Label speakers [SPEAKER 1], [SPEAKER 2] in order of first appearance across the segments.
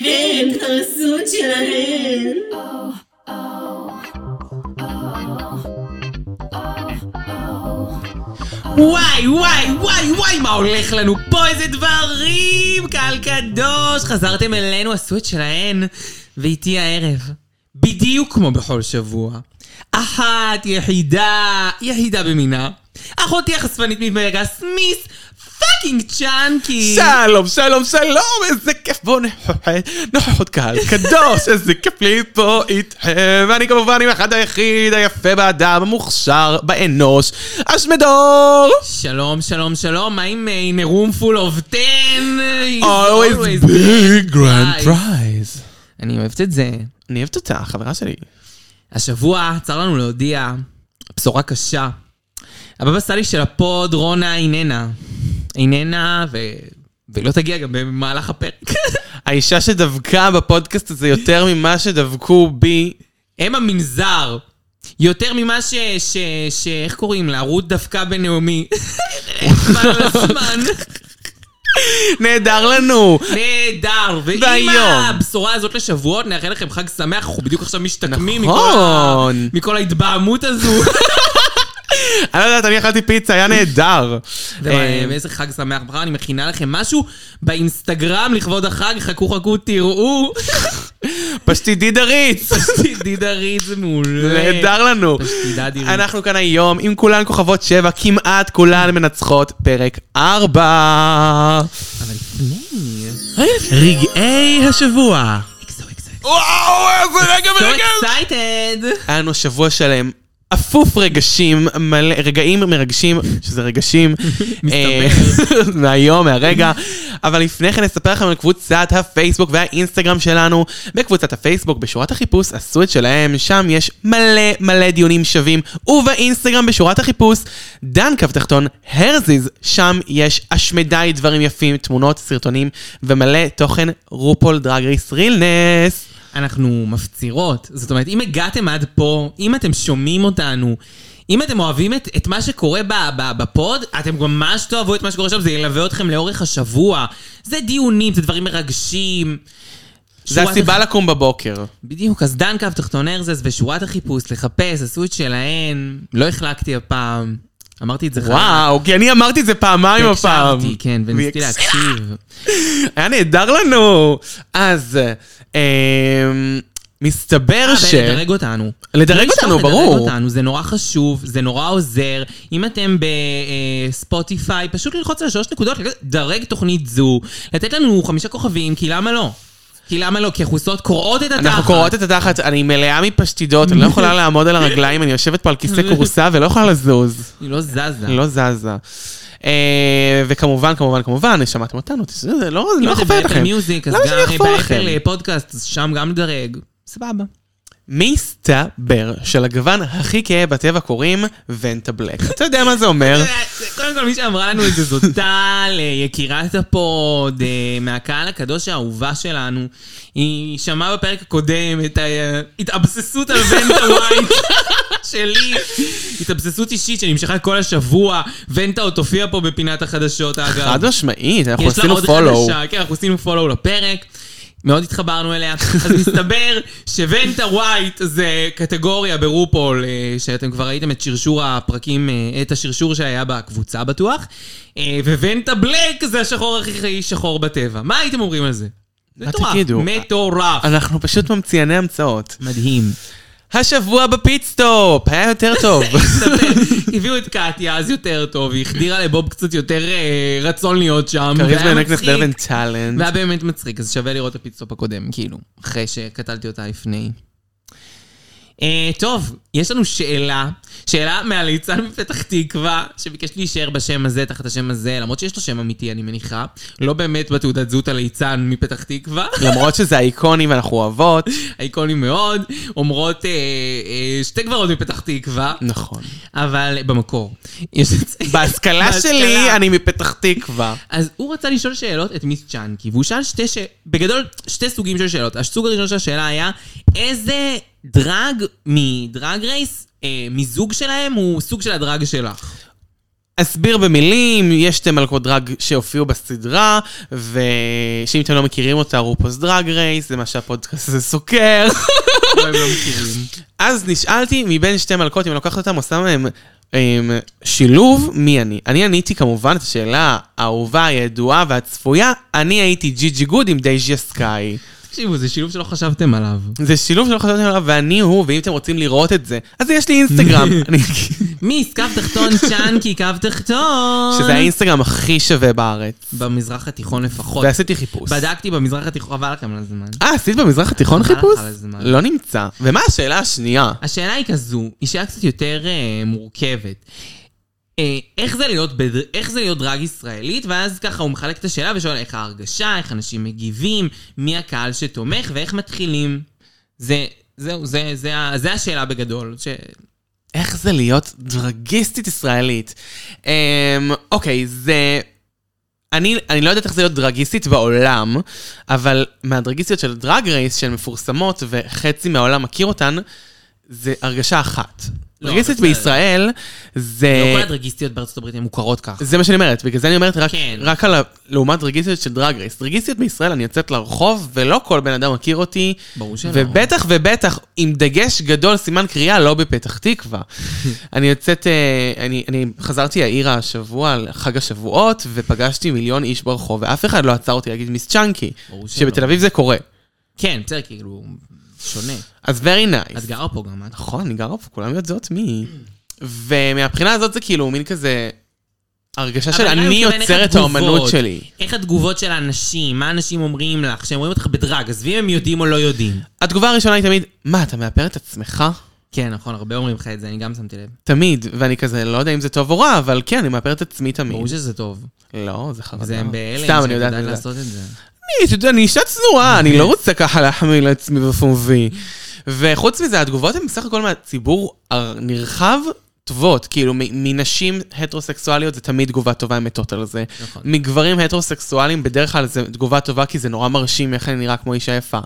[SPEAKER 1] הן תעשו שלהן.
[SPEAKER 2] וואי, וואי, וואי, וואי, מה הולך לנו פה? איזה דברים! קהל קדוש, חזרתם אלינו, עשו את שלהן, ואיתי הערב. בדיוק כמו בכל שבוע. אחת, יחידה, יחידה במינה. אחותי החשפנית מברגס, מיס פאקינג צ'אנקי.
[SPEAKER 3] שלום, שלום, שלום, איזה כיף, בואו נוכחת, נוכחות קהל קדוש, איזה כיף לי פה איתכם, ואני כמובן עם אחד היחיד היפה באדם, המוכשר באנוש, אשמדור!
[SPEAKER 2] שלום, שלום, שלום, מה עם אה, in a room full of 10? He's
[SPEAKER 3] always big grand
[SPEAKER 2] prize.
[SPEAKER 3] prize.
[SPEAKER 2] אני אוהבת את זה.
[SPEAKER 3] אני אוהבת אותה, חברה שלי.
[SPEAKER 2] השבוע צר לנו להודיע בשורה קשה. הבבא סאלי של הפוד, רונה איננה. איננה, ו... והיא לא תגיע גם במהלך הפרק.
[SPEAKER 3] האישה שדבקה בפודקאסט הזה יותר ממה שדבקו בי,
[SPEAKER 2] הם המנזר. יותר ממה ש... ש... ש... איך קוראים לה? רות דווקא בנעמי. חבל על הזמן.
[SPEAKER 3] נהדר לנו!
[SPEAKER 2] נהדר. ועם
[SPEAKER 3] והיום.
[SPEAKER 2] הבשורה הזאת לשבועות, נאחל לכם חג שמח. אנחנו בדיוק עכשיו משתקמים מכל ה-
[SPEAKER 3] נכון.
[SPEAKER 2] מכל ההתבהמות הזו.
[SPEAKER 3] אני לא יודעת, אני אכלתי פיצה, היה נהדר. אה,
[SPEAKER 2] ואיזה חג שמח. מחר אני מכינה לכם משהו באינסטגרם לכבוד החג, חכו חכו, תראו.
[SPEAKER 3] אה, פשטידי דריץ!
[SPEAKER 2] פשטידה ריד זה מעולה.
[SPEAKER 3] נהדר לנו.
[SPEAKER 2] פשטידה ריד.
[SPEAKER 3] אנחנו כאן היום עם כולן כוכבות שבע, כמעט כולן מנצחות פרק ארבע.
[SPEAKER 2] אבל לפני...
[SPEAKER 4] רגעי השבוע.
[SPEAKER 2] אקסו אקסו אקסו.
[SPEAKER 3] וואו, איזה רגע
[SPEAKER 2] So
[SPEAKER 3] מרגש!
[SPEAKER 2] excited!
[SPEAKER 3] היה לנו שבוע שלם. אפוף רגשים, מלא, רגעים מרגשים, שזה רגשים, אה, מהיום, מהרגע. אבל לפני כן נספר לכם על קבוצת הפייסבוק והאינסטגרם שלנו. בקבוצת הפייסבוק, בשורת החיפוש, עשו את שלהם, שם יש מלא מלא דיונים שווים. ובאינסטגרם, בשורת החיפוש, דן קו תחתון, הרזיז, שם יש השמדי דברים יפים, תמונות, סרטונים, ומלא תוכן רופול דרג רייס רילנס.
[SPEAKER 2] אנחנו מפצירות. זאת אומרת, אם הגעתם עד פה, אם אתם שומעים אותנו, אם אתם אוהבים את, את מה שקורה ב, ב, בפוד, אתם ממש תאהבו את מה שקורה שם, זה ילווה אתכם לאורך השבוע. זה דיונים, זה דברים מרגשים.
[SPEAKER 3] זה
[SPEAKER 2] שורת
[SPEAKER 3] הסיבה לקום בבוקר.
[SPEAKER 2] בדיוק, אז דן קו תחתון ארזס ושורת החיפוש, לחפש, עשו את שלהן. לא החלקתי הפעם. אמרתי את זה
[SPEAKER 3] וואו, כי אני אמרתי את זה פעמיים הפעם.
[SPEAKER 2] והקשבתי, כן, וניסיתי
[SPEAKER 3] והקש-
[SPEAKER 2] להקשיב.
[SPEAKER 3] היה נהדר לנו. אז, אמ, מסתבר ש...
[SPEAKER 2] ולדרג אה, אותנו.
[SPEAKER 3] לדרג
[SPEAKER 2] אי אפשר
[SPEAKER 3] אותנו,
[SPEAKER 2] לדרג
[SPEAKER 3] ברור.
[SPEAKER 2] אותנו, זה נורא חשוב, זה נורא עוזר. אם אתם בספוטיפיי, פשוט ללחוץ על שלוש נקודות, לדרג תוכנית זו, לתת לנו חמישה כוכבים, כי למה לא? כי למה לא? כי אנחנו עושות קוראות את התחת.
[SPEAKER 3] אנחנו קוראות את התחת, אני מלאה מפשטידות, אני לא יכולה לעמוד על הרגליים, אני יושבת פה על כיסא כורסה ולא יכולה לזוז.
[SPEAKER 2] היא לא זזה.
[SPEAKER 3] אני לא זזה. אה, וכמובן, כמובן, כמובן, שמעתם אותנו, תשמעו, זה לא
[SPEAKER 2] אם
[SPEAKER 3] לא
[SPEAKER 2] אתם
[SPEAKER 3] חובה
[SPEAKER 2] באפל
[SPEAKER 3] לכם.
[SPEAKER 2] מיוזיק, אז
[SPEAKER 3] למה שאני
[SPEAKER 2] גם
[SPEAKER 3] אחפור לכם?
[SPEAKER 2] באפל אה, פודקאסט, אז שם גם לדרג. סבבה.
[SPEAKER 3] מסתבר שלגוון הכי כהה בטבע קוראים ונטה בלק. אתה יודע מה זה אומר?
[SPEAKER 2] אה, קודם כל, מי שאמרה לנו את זה זו טל, אה, יקירת הפוד, אה, מהקהל הקדוש האהובה שלנו. היא שמעה בפרק הקודם את ההתאבססות על ונטה ווייט שלי. התאבססות אישית שנמשכה כל השבוע. ונטה עוד תופיע פה בפינת החדשות, אגב.
[SPEAKER 3] חד משמעית, אנחנו
[SPEAKER 2] יש לה
[SPEAKER 3] עשינו
[SPEAKER 2] עוד
[SPEAKER 3] פולו.
[SPEAKER 2] חדשה, כן, אנחנו עשינו פולו לפרק. מאוד התחברנו אליה. אז מסתבר שוונטה ווייט זה קטגוריה ברופול, אה, שאתם כבר ראיתם את שרשור הפרקים, אה, את השרשור שהיה בקבוצה בטוח. אה, וונטה בלק זה השחור הכי שחור בטבע. מה הייתם אומרים על זה?
[SPEAKER 3] מה תגידו?
[SPEAKER 2] מטורף.
[SPEAKER 3] אנחנו פשוט ממציאני המצאות.
[SPEAKER 2] מדהים.
[SPEAKER 3] השבוע בפיטסטופ, היה יותר טוב.
[SPEAKER 2] הביאו את קטיה, אז יותר טוב, היא החדירה לבוב קצת יותר אה, רצון להיות שם.
[SPEAKER 3] כריז
[SPEAKER 2] והיה
[SPEAKER 3] בעיניי נחדר
[SPEAKER 2] מצחיק.
[SPEAKER 3] בן טאלנט.
[SPEAKER 2] והיה באמת מצחיק, אז שווה לראות את הפיצופ הקודם, כאילו, אחרי שקטלתי אותה לפני. אה, טוב, יש לנו שאלה, שאלה מהליצן מפתח תקווה, שביקש להישאר בשם הזה, תחת השם הזה, למרות שיש לו שם אמיתי, אני מניחה. לא באמת בתעודת זהות הליצן מפתח תקווה,
[SPEAKER 3] למרות שזה אייקוני ואנחנו אוהבות.
[SPEAKER 2] איקוני מאוד, אומרות אה, אה, שתי גברות מפתח תקווה,
[SPEAKER 3] נכון.
[SPEAKER 2] אבל במקור. יש את-
[SPEAKER 3] בהשכלה שלי,
[SPEAKER 2] בהשכלה.
[SPEAKER 3] אני מפתח תקווה.
[SPEAKER 2] אז הוא רצה לשאול שאלות את מיס צ'אנקי, והוא שאל שתי ש... בגדול, שתי סוגים של שאלות. הסוג הראשון של השאלה היה, איזה דרג מדרג רייס, אה, מזוג שלהם, הוא סוג של הדרג שלך.
[SPEAKER 3] אסביר במילים, יש שתי מלכות דרג שהופיעו בסדרה, ושאם אתם לא מכירים אותה, רופוס דרג רייס, זה מה שהפודקאסט הזה סוקר.
[SPEAKER 2] לא, הם לא מכירים.
[SPEAKER 3] אז נשאלתי מבין שתי מלכות, אם אני לוקחת אותם, עושה מהם הם, שילוב, מי אני? אני עניתי כמובן את השאלה האהובה, הידועה והצפויה, אני הייתי ג'י ג'י גוד עם דייג'יה סקאי.
[SPEAKER 2] תקשיבו, זה שילוב שלא חשבתם עליו.
[SPEAKER 3] זה שילוב שלא חשבתי עליו, ואני הוא, ואם אתם רוצים לראות את זה, אז יש לי אינסטגרם. אני-
[SPEAKER 2] מיס, קו תחתון צ'אנקי, קו תחתון.
[SPEAKER 3] שזה האינסטגרם הכי שווה בארץ.
[SPEAKER 2] במזרח התיכון לפחות.
[SPEAKER 3] ועשיתי חיפוש.
[SPEAKER 2] בדקתי במזרח התיכון, חבל לכם על הזמן.
[SPEAKER 3] אה, עשית במזרח התיכון
[SPEAKER 2] חבל לך
[SPEAKER 3] חיפוש?
[SPEAKER 2] על הזמן.
[SPEAKER 3] לא נמצא. ומה השאלה השנייה?
[SPEAKER 2] השאלה היא כזו, היא שאלה קצת יותר אה, מורכבת. אה, איך זה, להיות בד... איך זה להיות דרג ישראלית, ואז ככה הוא מחלק את השאלה ושואל איך ההרגשה, איך אנשים מגיבים, מי הקהל שתומך ואיך מתחילים. זה, זהו, זה, זה, ה- זה השאלה בגדול. ש...
[SPEAKER 3] אה, איך זה להיות דרגיסטית ישראלית? אמ, אוקיי, זה... אני, אני לא יודעת איך זה להיות דרגיסטית בעולם, אבל מהדרגיסטיות של דרג רייס, שהן מפורסמות וחצי מהעולם מכיר אותן, זה הרגשה אחת.
[SPEAKER 2] לא,
[SPEAKER 3] דרגיסטית
[SPEAKER 2] בסדר.
[SPEAKER 3] בישראל זה...
[SPEAKER 2] לא כל הדרגיסטיות בארצות הברית הן מוכרות ככה.
[SPEAKER 3] זה מה שאני אומרת, בגלל זה אני אומרת רק,
[SPEAKER 2] כן.
[SPEAKER 3] רק על ה... לעומת דרגיסטיות של דרג רייס. דרגיסטיות בישראל, אני יוצאת לרחוב, ולא כל בן אדם מכיר אותי.
[SPEAKER 2] ברור שלא.
[SPEAKER 3] ובטח ובטח, עם דגש גדול, סימן קריאה, לא בפתח תקווה. אני יוצאת, אה, אני, אני חזרתי העיר השבוע, על חג השבועות, ופגשתי מיליון איש ברחוב, ואף אחד לא עצר אותי להגיד מיס צ'אנקי,
[SPEAKER 2] ברור שלא.
[SPEAKER 3] שבתל אביב זה קורה.
[SPEAKER 2] כן, בסדר, כאילו, שונה.
[SPEAKER 3] אז very nice.
[SPEAKER 2] את גרה פה גם, אה. את.
[SPEAKER 3] נכון, אני גרה פה, כולם יודעות מי. היא. ומהבחינה הזאת זה כאילו מין כזה הרגשה של
[SPEAKER 2] אבל אולי הוא
[SPEAKER 3] אני
[SPEAKER 2] מתכוון
[SPEAKER 3] יוצר
[SPEAKER 2] איך
[SPEAKER 3] את האומנות
[SPEAKER 2] התגובות,
[SPEAKER 3] שלי.
[SPEAKER 2] איך התגובות של האנשים, מה אנשים אומרים לך, כשהם רואים אותך בדרג, עזבי אם הם יודעים או לא יודעים.
[SPEAKER 3] התגובה הראשונה היא תמיד, מה, אתה מאפר את עצמך?
[SPEAKER 2] כן, נכון, הרבה אומרים לך את זה, אני גם שמתי לב.
[SPEAKER 3] תמיד. ואני כזה, לא יודע אם זה טוב או רע, אבל כן, אני מאפר את עצמי תמיד.
[SPEAKER 2] ברור שזה טוב.
[SPEAKER 3] לא, זה חרדה.
[SPEAKER 2] זה הם בהלם,
[SPEAKER 3] סתם,
[SPEAKER 2] שאת
[SPEAKER 3] אני יודעת. אני
[SPEAKER 2] יודעת
[SPEAKER 3] יודעת.
[SPEAKER 2] לעשות את זה.
[SPEAKER 3] אני, אתה יודע, אני אישה צנועה, אני לא רוצה ככה להחמיא לעצמי בפומבי. וחוץ מזה, התגובות הן בסך הכל מהציבור הנרחב טובות. כאילו, מ- מנשים הטרוסקסואליות זה תמיד תגובה טובה, הן מתות על זה.
[SPEAKER 2] נכון.
[SPEAKER 3] מגברים הטרוסקסואלים בדרך כלל זה תגובה טובה, כי זה נורא מרשים איך אני נראה כמו אישה יפה.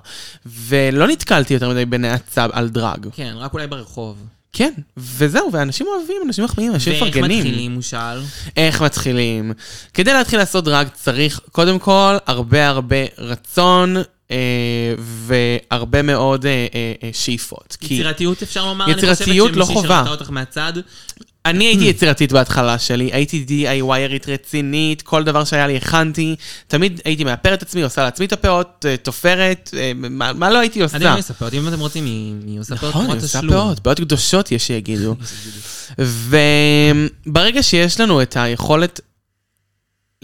[SPEAKER 3] ולא נתקלתי יותר מדי בנאצה על דרג.
[SPEAKER 2] כן, רק אולי ברחוב.
[SPEAKER 3] כן, וזהו, ואנשים אוהבים, אנשים מחמיאים, אנשים מפרגנים.
[SPEAKER 2] ואיך מתחילים, הוא שאל?
[SPEAKER 3] איך מתחילים? כדי להתחיל לעשות דרג צריך קודם כל הרבה הרבה רצון אה, והרבה מאוד אה, אה, אה, שאיפות. כי
[SPEAKER 2] יצירתיות אפשר לומר?
[SPEAKER 3] יצירתיות
[SPEAKER 2] אני
[SPEAKER 3] לא
[SPEAKER 2] חושבת
[SPEAKER 3] חובה.
[SPEAKER 2] שמישהי שראתה אותך מהצד,
[SPEAKER 3] אני הייתי יצירתית בהתחלה שלי, הייתי DIYרית רצינית, כל דבר שהיה לי הכנתי, תמיד הייתי מאפרת את עצמי, עושה לעצמי את הפאות, אה, תופרת, אה, מה מה לא הייתי
[SPEAKER 2] עד היום
[SPEAKER 3] עושה?
[SPEAKER 2] היא עושה פאות, אם אתם רוצים, היא היא עושה פאות
[SPEAKER 3] נכון,
[SPEAKER 2] תמורת
[SPEAKER 3] אני עושה
[SPEAKER 2] תשלום.
[SPEAKER 3] פאות, פאות קדושות יש שיגידו. וברגע שיש לנו את היכולת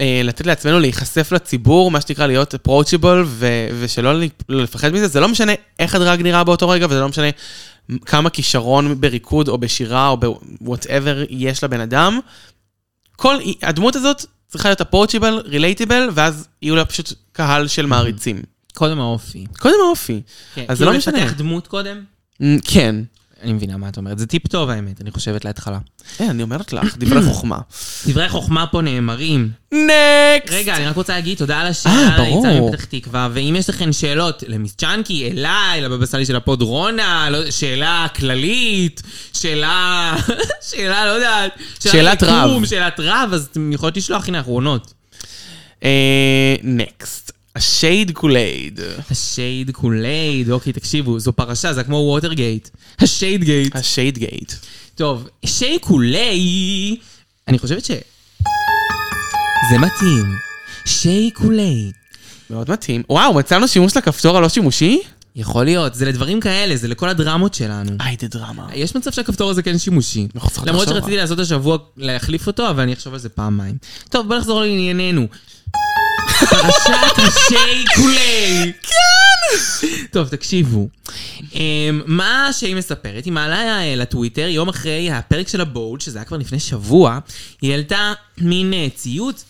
[SPEAKER 3] אה, לתת לעצמנו להיחשף לציבור, מה שנקרא להיות approachable, ו- ושלא ל- לא לפחד מזה, זה לא משנה איך הדרג נראה באותו רגע, וזה לא משנה כמה כישרון בריקוד או בשירה או בוואטאבר יש לבן אדם. כל הדמות הזאת צריכה להיות approachable, relatable, ואז יהיו לה פשוט קהל של מעריצים.
[SPEAKER 2] קודם האופי.
[SPEAKER 3] קודם האופי.
[SPEAKER 2] כן,
[SPEAKER 3] אז זה לא משנה.
[SPEAKER 2] כאילו לפתח דמות קודם?
[SPEAKER 3] מ, כן.
[SPEAKER 2] אני מבינה מה את אומרת, זה טיפ טוב האמת, אני חושבת להתחלה.
[SPEAKER 3] אה, אני אומרת לך, דברי חוכמה.
[SPEAKER 2] דברי חוכמה פה נאמרים.
[SPEAKER 3] נקסט!
[SPEAKER 2] רגע, אני רק רוצה להגיד תודה על
[SPEAKER 3] אה,
[SPEAKER 2] השאלה,
[SPEAKER 3] ברור.
[SPEAKER 2] ליצן מפתח תקווה, ואם יש לכם שאלות למיס צ'אנקי, אליי, לבבא סאלי של הפוד רונה, לא- שאלה כללית, שאלה, שאלה, לא יודעת,
[SPEAKER 3] שאלת רב.
[SPEAKER 2] ליקום, שאלת רב, אז אתם יכולות לשלוח, הנה, אנחנו עונות.
[SPEAKER 3] נקסט. אה, השייד קולייד.
[SPEAKER 2] השייד קולייד, אוקיי, תקשיבו, זו פרשה, זה כמו ווטרגייט. השייד גייט.
[SPEAKER 3] השייד גייט.
[SPEAKER 2] טוב, שי קולי, אני חושבת ש... זה מתאים. שי קולי.
[SPEAKER 3] מאוד מתאים. וואו, מצאנו שימוש לכפתור הלא שימושי?
[SPEAKER 2] יכול להיות, זה לדברים כאלה, זה לכל הדרמות שלנו.
[SPEAKER 3] היי, זה דרמה.
[SPEAKER 2] יש מצב שהכפתור הזה כן שימושי.
[SPEAKER 3] אנחנו צריכות
[SPEAKER 2] למרות
[SPEAKER 3] לחשוב
[SPEAKER 2] שרציתי לעשות השבוע, להחליף אותו, אבל אני אחשוב על זה פעמיים. טוב, בוא נחזור לענייננו. פרשת השי קולי. כן! טוב, תקשיבו. אמ, מה שהיא מספרת, היא מעלה אה, לטוויטר יום אחרי הפרק של הבולד, שזה היה כבר לפני שבוע, היא העלתה מין אה, ציוץ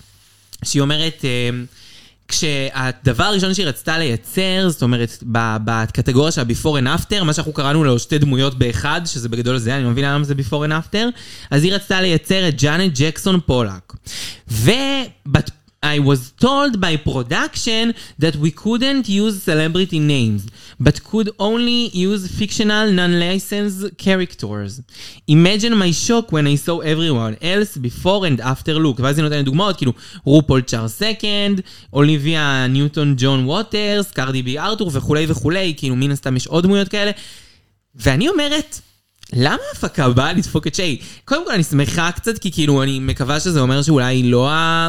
[SPEAKER 2] שהיא אומרת, אמ, כשהדבר הראשון שהיא רצתה לייצר, זאת אומרת, ב- בקטגוריה של ה-Before and After, מה שאנחנו קראנו לו שתי דמויות באחד, שזה בגדול זה, אני לא מבינה למה זה Before and After, אז היא רצתה לייצר את ג'אנט ג'קסון פולק. ובת... I was told by production that we couldn't use celebrity names, but could only use fictional, non-licensed characters. Imagine my shock when I saw everyone else before and after look. ואז היא נותנת דוגמאות, כאילו, רופול צ'אר סקנד, אוליביה ניוטון ג'ון ווטרס, קרדי בי ארתור וכולי וכולי, כאילו, מן הסתם יש עוד דמויות כאלה. ואני אומרת, למה ההפקה באה לדפוק את שיי? קודם כל אני שמחה קצת, כי כאילו אני מקווה שזה אומר שאולי לא ה...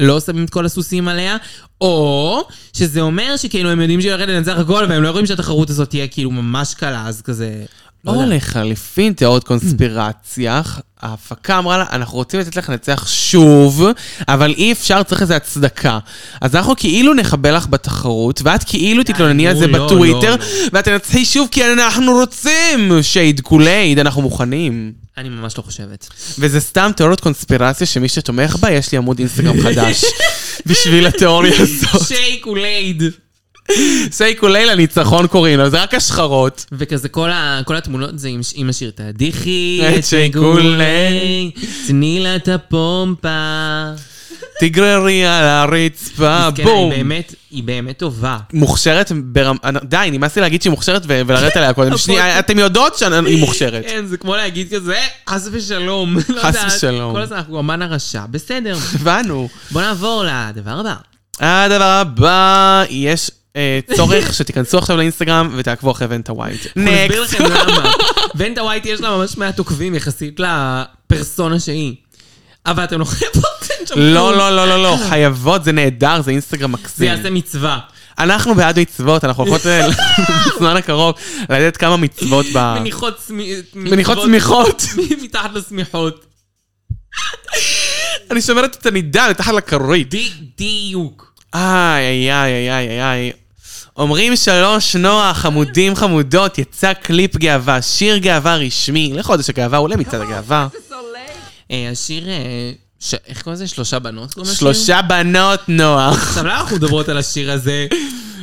[SPEAKER 2] לא שמים את כל הסוסים עליה, או שזה אומר שכאילו הם יודעים שהיא הולכת לנצח הכל, והם לא יכולים שהתחרות הזאת תהיה כאילו ממש קלה, אז כזה... לא
[SPEAKER 3] או
[SPEAKER 2] יודע.
[SPEAKER 3] לחליפין תיאוריות קונספירציה, ההפקה אמרה לה, אנחנו רוצים לתת לך לנצח שוב, אבל אי אפשר, צריך איזו הצדקה. אז אנחנו כאילו נחבל לך בתחרות, ואת כאילו תתלונני על
[SPEAKER 2] נו,
[SPEAKER 3] זה
[SPEAKER 2] לא,
[SPEAKER 3] בטוויטר,
[SPEAKER 2] לא,
[SPEAKER 3] ואת תנצחי שוב כי אנחנו רוצים שידקולייד, אנחנו מוכנים.
[SPEAKER 2] אני ממש לא חושבת.
[SPEAKER 3] וזה סתם תיאוריות קונספירציה שמי שתומך בה, יש לי עמוד אינסטגרם חדש. בשביל התיאוריה הזאת.
[SPEAKER 2] שיי קולייד.
[SPEAKER 3] סייקולי לניצחון קוראים לו, זה רק השחרות.
[SPEAKER 2] וכזה כל, ה, כל התמונות זה עם, עם השיר תדיחי
[SPEAKER 3] את
[SPEAKER 2] את
[SPEAKER 3] שיי
[SPEAKER 2] שיקולי, תני לה את הפומפה.
[SPEAKER 3] תגררי על
[SPEAKER 2] מסכנה,
[SPEAKER 3] הרצפה,
[SPEAKER 2] כן, היא
[SPEAKER 3] אה, בום.
[SPEAKER 2] באמת, היא באמת טובה.
[SPEAKER 3] מוכשרת ברמ... אה, די, נמאס לי להגיד שהיא מוכשרת ו- ולרדת עליה קודם. שנייה, אתם יודעות שהיא מוכשרת.
[SPEAKER 2] כן, זה כמו להגיד כזה, חס ושלום. לא
[SPEAKER 3] חס
[SPEAKER 2] יודעת.
[SPEAKER 3] ושלום.
[SPEAKER 2] כל הזמן אנחנו אמן הרשע, בסדר.
[SPEAKER 3] הבנו.
[SPEAKER 2] בוא נעבור לדבר הבא.
[SPEAKER 3] הדבר הבא, יש אה, צורך שתיכנסו עכשיו לאינסטגרם ותעקבו אחרי ונטה ווייט.
[SPEAKER 2] אני אסביר
[SPEAKER 3] נקסט.
[SPEAKER 2] לכם למה. ונטה ווייט יש לה ממש 100 עוקבים יחסית לפרסונה שהיא. אבל אתם לא חייבות שם
[SPEAKER 3] לא,
[SPEAKER 2] כלום.
[SPEAKER 3] לא, לא, לא, לא, חייבות, זה נהדר, זה אינסטגרם
[SPEAKER 2] זה
[SPEAKER 3] מקסים.
[SPEAKER 2] יעשה מצווה.
[SPEAKER 3] אנחנו בעד מצוות, אנחנו הולכות אה, בזמן הקרוב לתת כמה מצוות ב...
[SPEAKER 2] מניחות צמיחות.
[SPEAKER 3] אה. מניחות צמיחות.
[SPEAKER 2] מתחת לשמיכות.
[SPEAKER 3] אני שומרת את הנידה מתחת לכרית.
[SPEAKER 2] בדיוק.
[SPEAKER 3] איי, איי, איי, איי, איי, איי. אומרים שלוש, נועה, חמודים, חמודות, יצא קליפ גאווה, שיר גאווה רשמי, לחודש הגאווה, אולי מצעד הגאווה.
[SPEAKER 2] אה, השיר, אה, ש- איך קוראים לזה? שלושה בנות? קוראים לשיר?
[SPEAKER 3] שלושה בנות, נועה.
[SPEAKER 2] עכשיו, למה אנחנו מדברות על השיר הזה?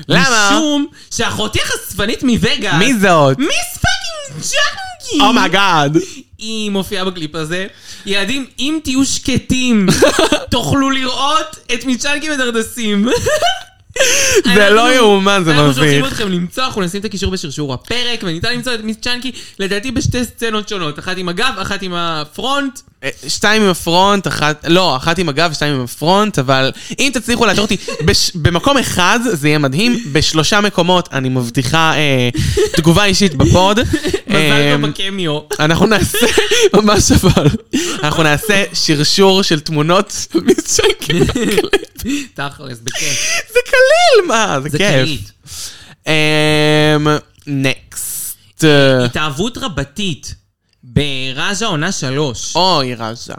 [SPEAKER 3] למה?
[SPEAKER 2] משום שאחותי החשפנית מווגאס,
[SPEAKER 3] מי זאת? Oh
[SPEAKER 2] מיס פאקינג ג'אנגי!
[SPEAKER 3] אומייגאד.
[SPEAKER 2] היא מופיעה בקליפ הזה. ילדים, אם תהיו שקטים, תוכלו לראות את מצ'אנקי ודרדסים.
[SPEAKER 3] זה לא יאומן, זה
[SPEAKER 2] אנחנו שולחים
[SPEAKER 3] מביך.
[SPEAKER 2] אתכם למצוא, אנחנו נשים את הקישור בשרשור הפרק, וניתן למצוא את מצ'אנקי, לדעתי בשתי סצנות שונות, אחת עם הגב, אחת עם הפרונט.
[SPEAKER 3] אה, שתיים עם הפרונט, אחת, לא, אחת עם הגב, שתיים עם הפרונט, אבל אם תצליחו לעצור אותי בש, במקום אחד, זה יהיה מדהים, בשלושה מקומות, אני מבטיחה אה, תגובה אישית בפוד.
[SPEAKER 2] מזל לא טוב
[SPEAKER 3] אה,
[SPEAKER 2] בקמיו.
[SPEAKER 3] אנחנו נעשה, ממש אבל, אנחנו נעשה שרשור של תמונות של מיס צ'נקי.
[SPEAKER 2] תכלס, בכיף.
[SPEAKER 3] זה קליל, מה, זה
[SPEAKER 2] זה
[SPEAKER 3] כיף. אמ,
[SPEAKER 2] קליט.
[SPEAKER 3] נקסט.
[SPEAKER 2] התאהבות רבתית בראז'ה עונה שלוש.
[SPEAKER 3] אוי, רז'ה.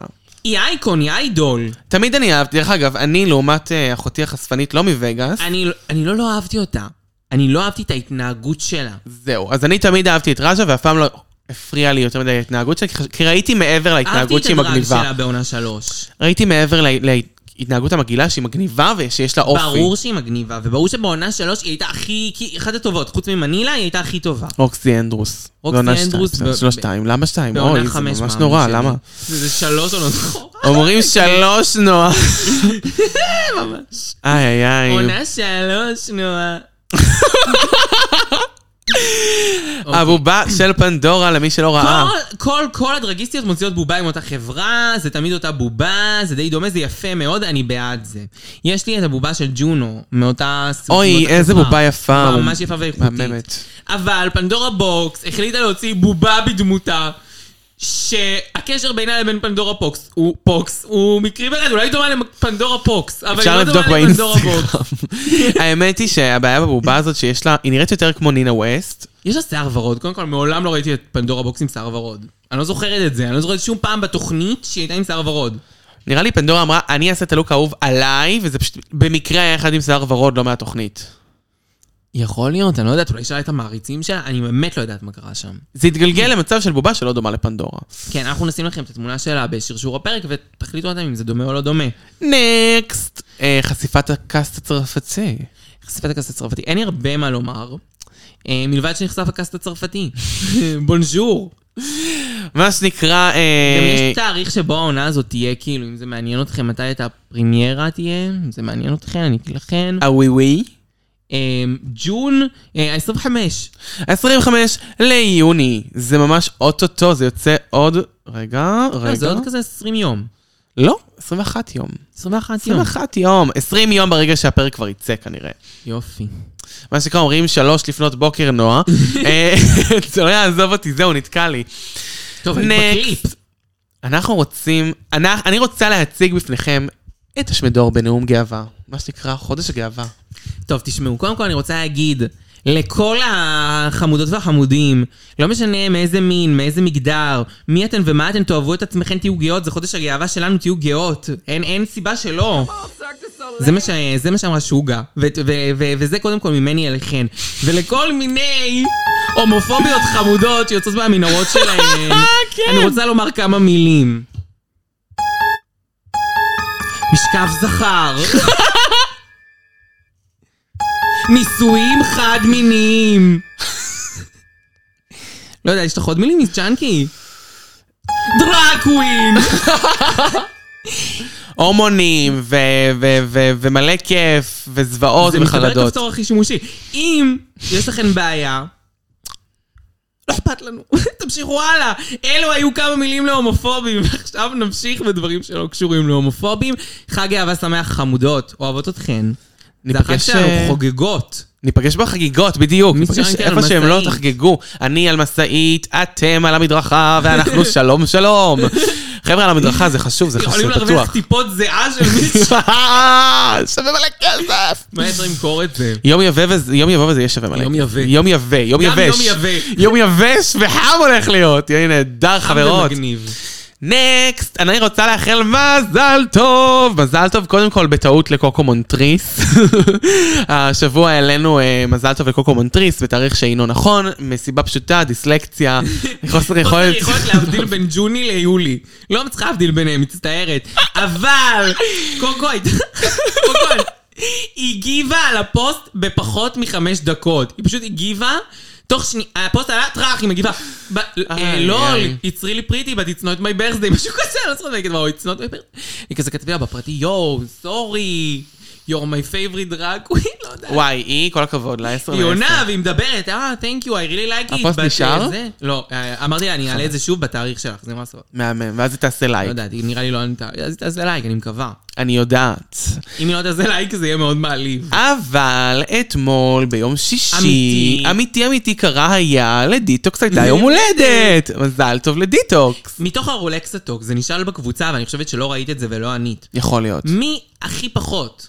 [SPEAKER 2] היא אייקון, היא איידול.
[SPEAKER 3] תמיד אני אהבתי, דרך אגב, אני לעומת אה, אחותי החשפנית לא מווגאס,
[SPEAKER 2] אני אני לא לא אהבתי אותה. אני לא אהבתי את ההתנהגות שלה.
[SPEAKER 3] זהו. אז אני תמיד אהבתי את רז'ה, ואף פעם לא הפריעה לי יותר מדי ההתנהגות שלה, כי חש- כי ראיתי מעבר
[SPEAKER 2] אהבתי
[SPEAKER 3] להתנהגות
[SPEAKER 2] את
[SPEAKER 3] שהיא
[SPEAKER 2] הדרג
[SPEAKER 3] מגניבה.
[SPEAKER 2] שלה בעונה שלוש.
[SPEAKER 3] ראיתי מעבר לה- להתנהגות המגעילה שהיא מגניבה ושיש לה אופי.
[SPEAKER 2] ברור שהיא מגניבה, וברור שבעונה שלוש היא הייתה הכי, כי- אחת הטובות, חוץ ממנילה היא הייתה הכי טובה.
[SPEAKER 3] רוקסי אנדרוס.
[SPEAKER 2] רוקסי
[SPEAKER 3] בעונה שתיים,
[SPEAKER 2] אנדרוס
[SPEAKER 3] בסדר,
[SPEAKER 2] ב-
[SPEAKER 3] לא
[SPEAKER 2] ב-
[SPEAKER 3] שתיים, למה שתיים?
[SPEAKER 2] בעונה
[SPEAKER 3] אוי, זה
[SPEAKER 2] חמש.
[SPEAKER 3] ממש
[SPEAKER 2] מאמי
[SPEAKER 3] נורא,
[SPEAKER 2] שלי.
[SPEAKER 3] למה?
[SPEAKER 2] זה זה שלוש עונות אחורה.
[SPEAKER 3] אומרים שלוש, נועה. איי, איי, איי.
[SPEAKER 2] עונה שלוש, נועה. אוקיי.
[SPEAKER 3] הבובה של פנדורה, למי שלא ראה.
[SPEAKER 2] כל, כל, כל הדרגיסטיות מוציאות בובה עם אותה חברה, זה תמיד אותה בובה, זה די דומה, זה יפה מאוד, אני בעד זה. יש לי את הבובה של ג'ונו, מאותה סוג-
[SPEAKER 3] אוי,
[SPEAKER 2] מאותה
[SPEAKER 3] איזה
[SPEAKER 2] חברה.
[SPEAKER 3] בובה יפה.
[SPEAKER 2] בובה ממש יפה ואיכותית.
[SPEAKER 3] מהממת.
[SPEAKER 2] אבל פנדורה בוקס החליטה להוציא בובה בדמותה. שהקשר בינה לבין פנדורה פוקס הוא פוקס הוא מקרי ברד, אולי היא דומה לפנדורה פוקס, אבל
[SPEAKER 3] אפשר
[SPEAKER 2] היא לא
[SPEAKER 3] לבדוק
[SPEAKER 2] דומה לפנדורה בוקס.
[SPEAKER 3] באינסטגרם. האמת היא שהבעיה בבובה הזאת שיש לה, היא נראית יותר כמו נינה ווסט.
[SPEAKER 2] יש לה שיער ורוד, קודם כל מעולם לא ראיתי את פנדורה בוקס עם שיער ורוד. אני לא זוכרת את זה, אני לא זוכרת שום פעם בתוכנית שהיא הייתה עם שיער ורוד.
[SPEAKER 3] נראה לי פנדורה אמרה, אני אעשה את הלוק האהוב עליי, וזה פשוט במקרה היה אחד עם שיער ורוד, לא מהתוכנית.
[SPEAKER 2] יכול להיות, אני לא יודעת, אולי שאלה את המעריצים שלה, אני באמת לא יודעת מה קרה שם.
[SPEAKER 3] זה התגלגל למצב של בובה שלא דומה לפנדורה.
[SPEAKER 2] כן, אנחנו נשים לכם את התמונה שלה בשרשור הפרק, ותחליטו אתם אם זה דומה או לא דומה.
[SPEAKER 3] נקסט. אה, חשיפת הקאסט הצרפתי.
[SPEAKER 2] חשיפת הקאסט הצרפתי, אין לי הרבה מה לומר, אה, מלבד שנחשף הקאסט הצרפתי. בונז'ור.
[SPEAKER 3] מה שנקרא... אה,
[SPEAKER 2] גם יש תאריך שבו העונה הזאת תהיה, כאילו, אם זה מעניין אתכם, מתי את הפרימיירה תהיה, אם זה מעניין אתכם, אני אגיד לכם.
[SPEAKER 3] הווי ווי.
[SPEAKER 2] אה, ג'ון אה, 25.
[SPEAKER 3] 25 ליוני. זה ממש אוטוטו, זה יוצא עוד... רגע,
[SPEAKER 2] אה, זה
[SPEAKER 3] רגע.
[SPEAKER 2] עוד כזה אה. 20 יום.
[SPEAKER 3] לא, 21 יום.
[SPEAKER 2] 21 יום.
[SPEAKER 3] 21 יום. 20 יום ברגע שהפרק כבר יצא כנראה.
[SPEAKER 2] יופי.
[SPEAKER 3] מה שנקרא אומרים שלוש לפנות בוקר, נועה. אה, זה לא יעזוב אותי, זהו, נתקע לי.
[SPEAKER 2] טוב,
[SPEAKER 3] Next.
[SPEAKER 2] אני בקליפ.
[SPEAKER 3] אנחנו רוצים, אנחנו, אני רוצה להציג בפניכם את השמדור בנאום גאווה, מה שנקרא חודש הגאווה.
[SPEAKER 2] טוב, תשמעו, קודם כל אני רוצה להגיד לכל החמודות והחמודים, לא משנה מאיזה מין, מאיזה מגדר, מי אתן ומה אתן, תאהבו את עצמכם, תהיו גאות, זה חודש הגאווה שלנו, תהיו גאות. אין, אין סיבה שלא. זה מה, ש... זה מה שאמרה שוגה, ו- ו- ו- ו- וזה קודם כל ממני אליכן. ולכל מיני הומופוביות חמודות שיוצאות מהמנהרות שלהן, אני רוצה לומר כמה מילים. משכב זכר. נישואים חד-מיניים. לא יודע, יש לך עוד מילים מצ'אנקי? דראקווין!
[SPEAKER 3] הורמונים, ו- ו- ו- ומלא כיף, וזוועות
[SPEAKER 2] זה מתחבר
[SPEAKER 3] וחרדות.
[SPEAKER 2] לכפתור הכי שימושי. אם יש לכם בעיה, לא אכפת לנו. תמשיכו הלאה. אלו היו כמה מילים להומופובים, ועכשיו נמשיך בדברים שלא קשורים להומופובים. חג אהבה שמח חמודות, אוהבות אתכן. זה החג
[SPEAKER 3] ניפגש,
[SPEAKER 2] שלנו
[SPEAKER 3] אה,
[SPEAKER 2] חוגגות.
[SPEAKER 3] ניפגש בחגיגות, בדיוק.
[SPEAKER 2] מיס
[SPEAKER 3] ניפגש
[SPEAKER 2] ג'אנקי על
[SPEAKER 3] איפה שהם לא
[SPEAKER 2] משאית.
[SPEAKER 3] תחגגו. אני על משאית, אתם על המדרכה, ואנחנו שלום שלום. חבר'ה, על המדרכה זה חשוב, זה
[SPEAKER 2] יכולים
[SPEAKER 3] חשוב,
[SPEAKER 2] להרוויח
[SPEAKER 3] בטוח.
[SPEAKER 2] טיפות זיעה של מישהו.
[SPEAKER 3] שווה מלא כסף.
[SPEAKER 2] מה יצא למכור את זה?
[SPEAKER 3] יום יבא וזה, יום יבוא וזה יהיה שווה מלא.
[SPEAKER 2] יום יבא.
[SPEAKER 3] יום יבא, יום
[SPEAKER 2] גם
[SPEAKER 3] יבש.
[SPEAKER 2] יום יבא.
[SPEAKER 3] יום יבש וחם הולך להיות. יהיה נהדר, חברות.
[SPEAKER 2] ומגניב.
[SPEAKER 3] נקסט, אני רוצה לאחל מזל טוב. מזל טוב קודם כל בטעות לקוקו מונטריס. השבוע העלינו אה, מזל טוב לקוקו מונטריס בתאריך שאינו נכון, מסיבה פשוטה, דיסלקציה, חוסר
[SPEAKER 2] חוסר
[SPEAKER 3] יכולת.
[SPEAKER 2] יכולת להבדיל בין ג'וני ליולי. לא מצליחה להבדיל ביניהם, מצטערת. אבל קוקו הייתה... קוקו, היא הגיבה על הפוסט בפחות מחמש דקות. היא פשוט הגיבה, תוך שנייה... הפוסט עלה טראח, היא מגיבה. ב- אה,
[SPEAKER 3] איי,
[SPEAKER 2] לא,
[SPEAKER 3] איי.
[SPEAKER 2] it's really pretty, but it's not my birthday, משהו כזה, אני לא צריכה להגיד מה, it's not my birthday. היא כזה כתבי לה בפרטי, יואו, סורי, you're my favorite drag queen, לא יודעת.
[SPEAKER 3] וואי, היא, כל הכבוד לה, עשר
[SPEAKER 2] היא
[SPEAKER 3] מעשר.
[SPEAKER 2] עונה והיא מדברת, אה, thank you, I really like it.
[SPEAKER 3] הפוסט
[SPEAKER 2] but,
[SPEAKER 3] נשאר?
[SPEAKER 2] אה, זה- לא, אה, אמרתי לה, אני אעלה את זה שוב בתאריך שלך, זה מה לעשות.
[SPEAKER 3] מהמם, ואז היא תעשה
[SPEAKER 2] לא
[SPEAKER 3] לייק.
[SPEAKER 2] יודעת, היא נראה לי לא ענתה, אז היא תעשה לייק, אני מקווה.
[SPEAKER 3] אני יודעת.
[SPEAKER 2] אם היא לא תעשה לייק, זה יהיה מאוד מעליב.
[SPEAKER 3] אבל אתמול ביום שישי,
[SPEAKER 2] אמיתי.
[SPEAKER 3] אמיתי אמיתי קרה היה לדיטוקס הייתה יום הולדת. מזל טוב לדיטוקס.
[SPEAKER 2] מתוך הרולקס הטוק, זה נשאל בקבוצה, ואני חושבת שלא ראית את זה ולא ענית.
[SPEAKER 3] יכול להיות.
[SPEAKER 2] מי הכי פחות?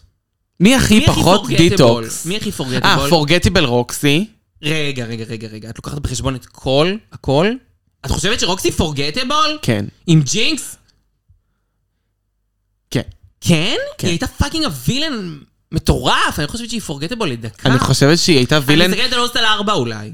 [SPEAKER 3] מי הכי
[SPEAKER 2] מי הכי
[SPEAKER 3] פחות
[SPEAKER 2] forgettable?
[SPEAKER 3] דיטוקס?
[SPEAKER 2] מי הכי
[SPEAKER 3] אה,
[SPEAKER 2] פורגטבול?
[SPEAKER 3] פורגטיבל רוקסי.
[SPEAKER 2] רגע, רגע, רגע, רגע, את לוקחת בחשבון את כל, הכל? את חושבת שרוקסי פורגטבול?
[SPEAKER 3] כן,
[SPEAKER 2] עם ג'ינקס?
[SPEAKER 3] כן.
[SPEAKER 2] כן?
[SPEAKER 3] כן.
[SPEAKER 2] היא הייתה פאקינג הווילן מטורף, אני חושבת שהיא פורגטבול לדקה.
[SPEAKER 3] אני חושבת שהיא הייתה וילן...
[SPEAKER 2] אני מסתכלת על אולסטל 4 אולי.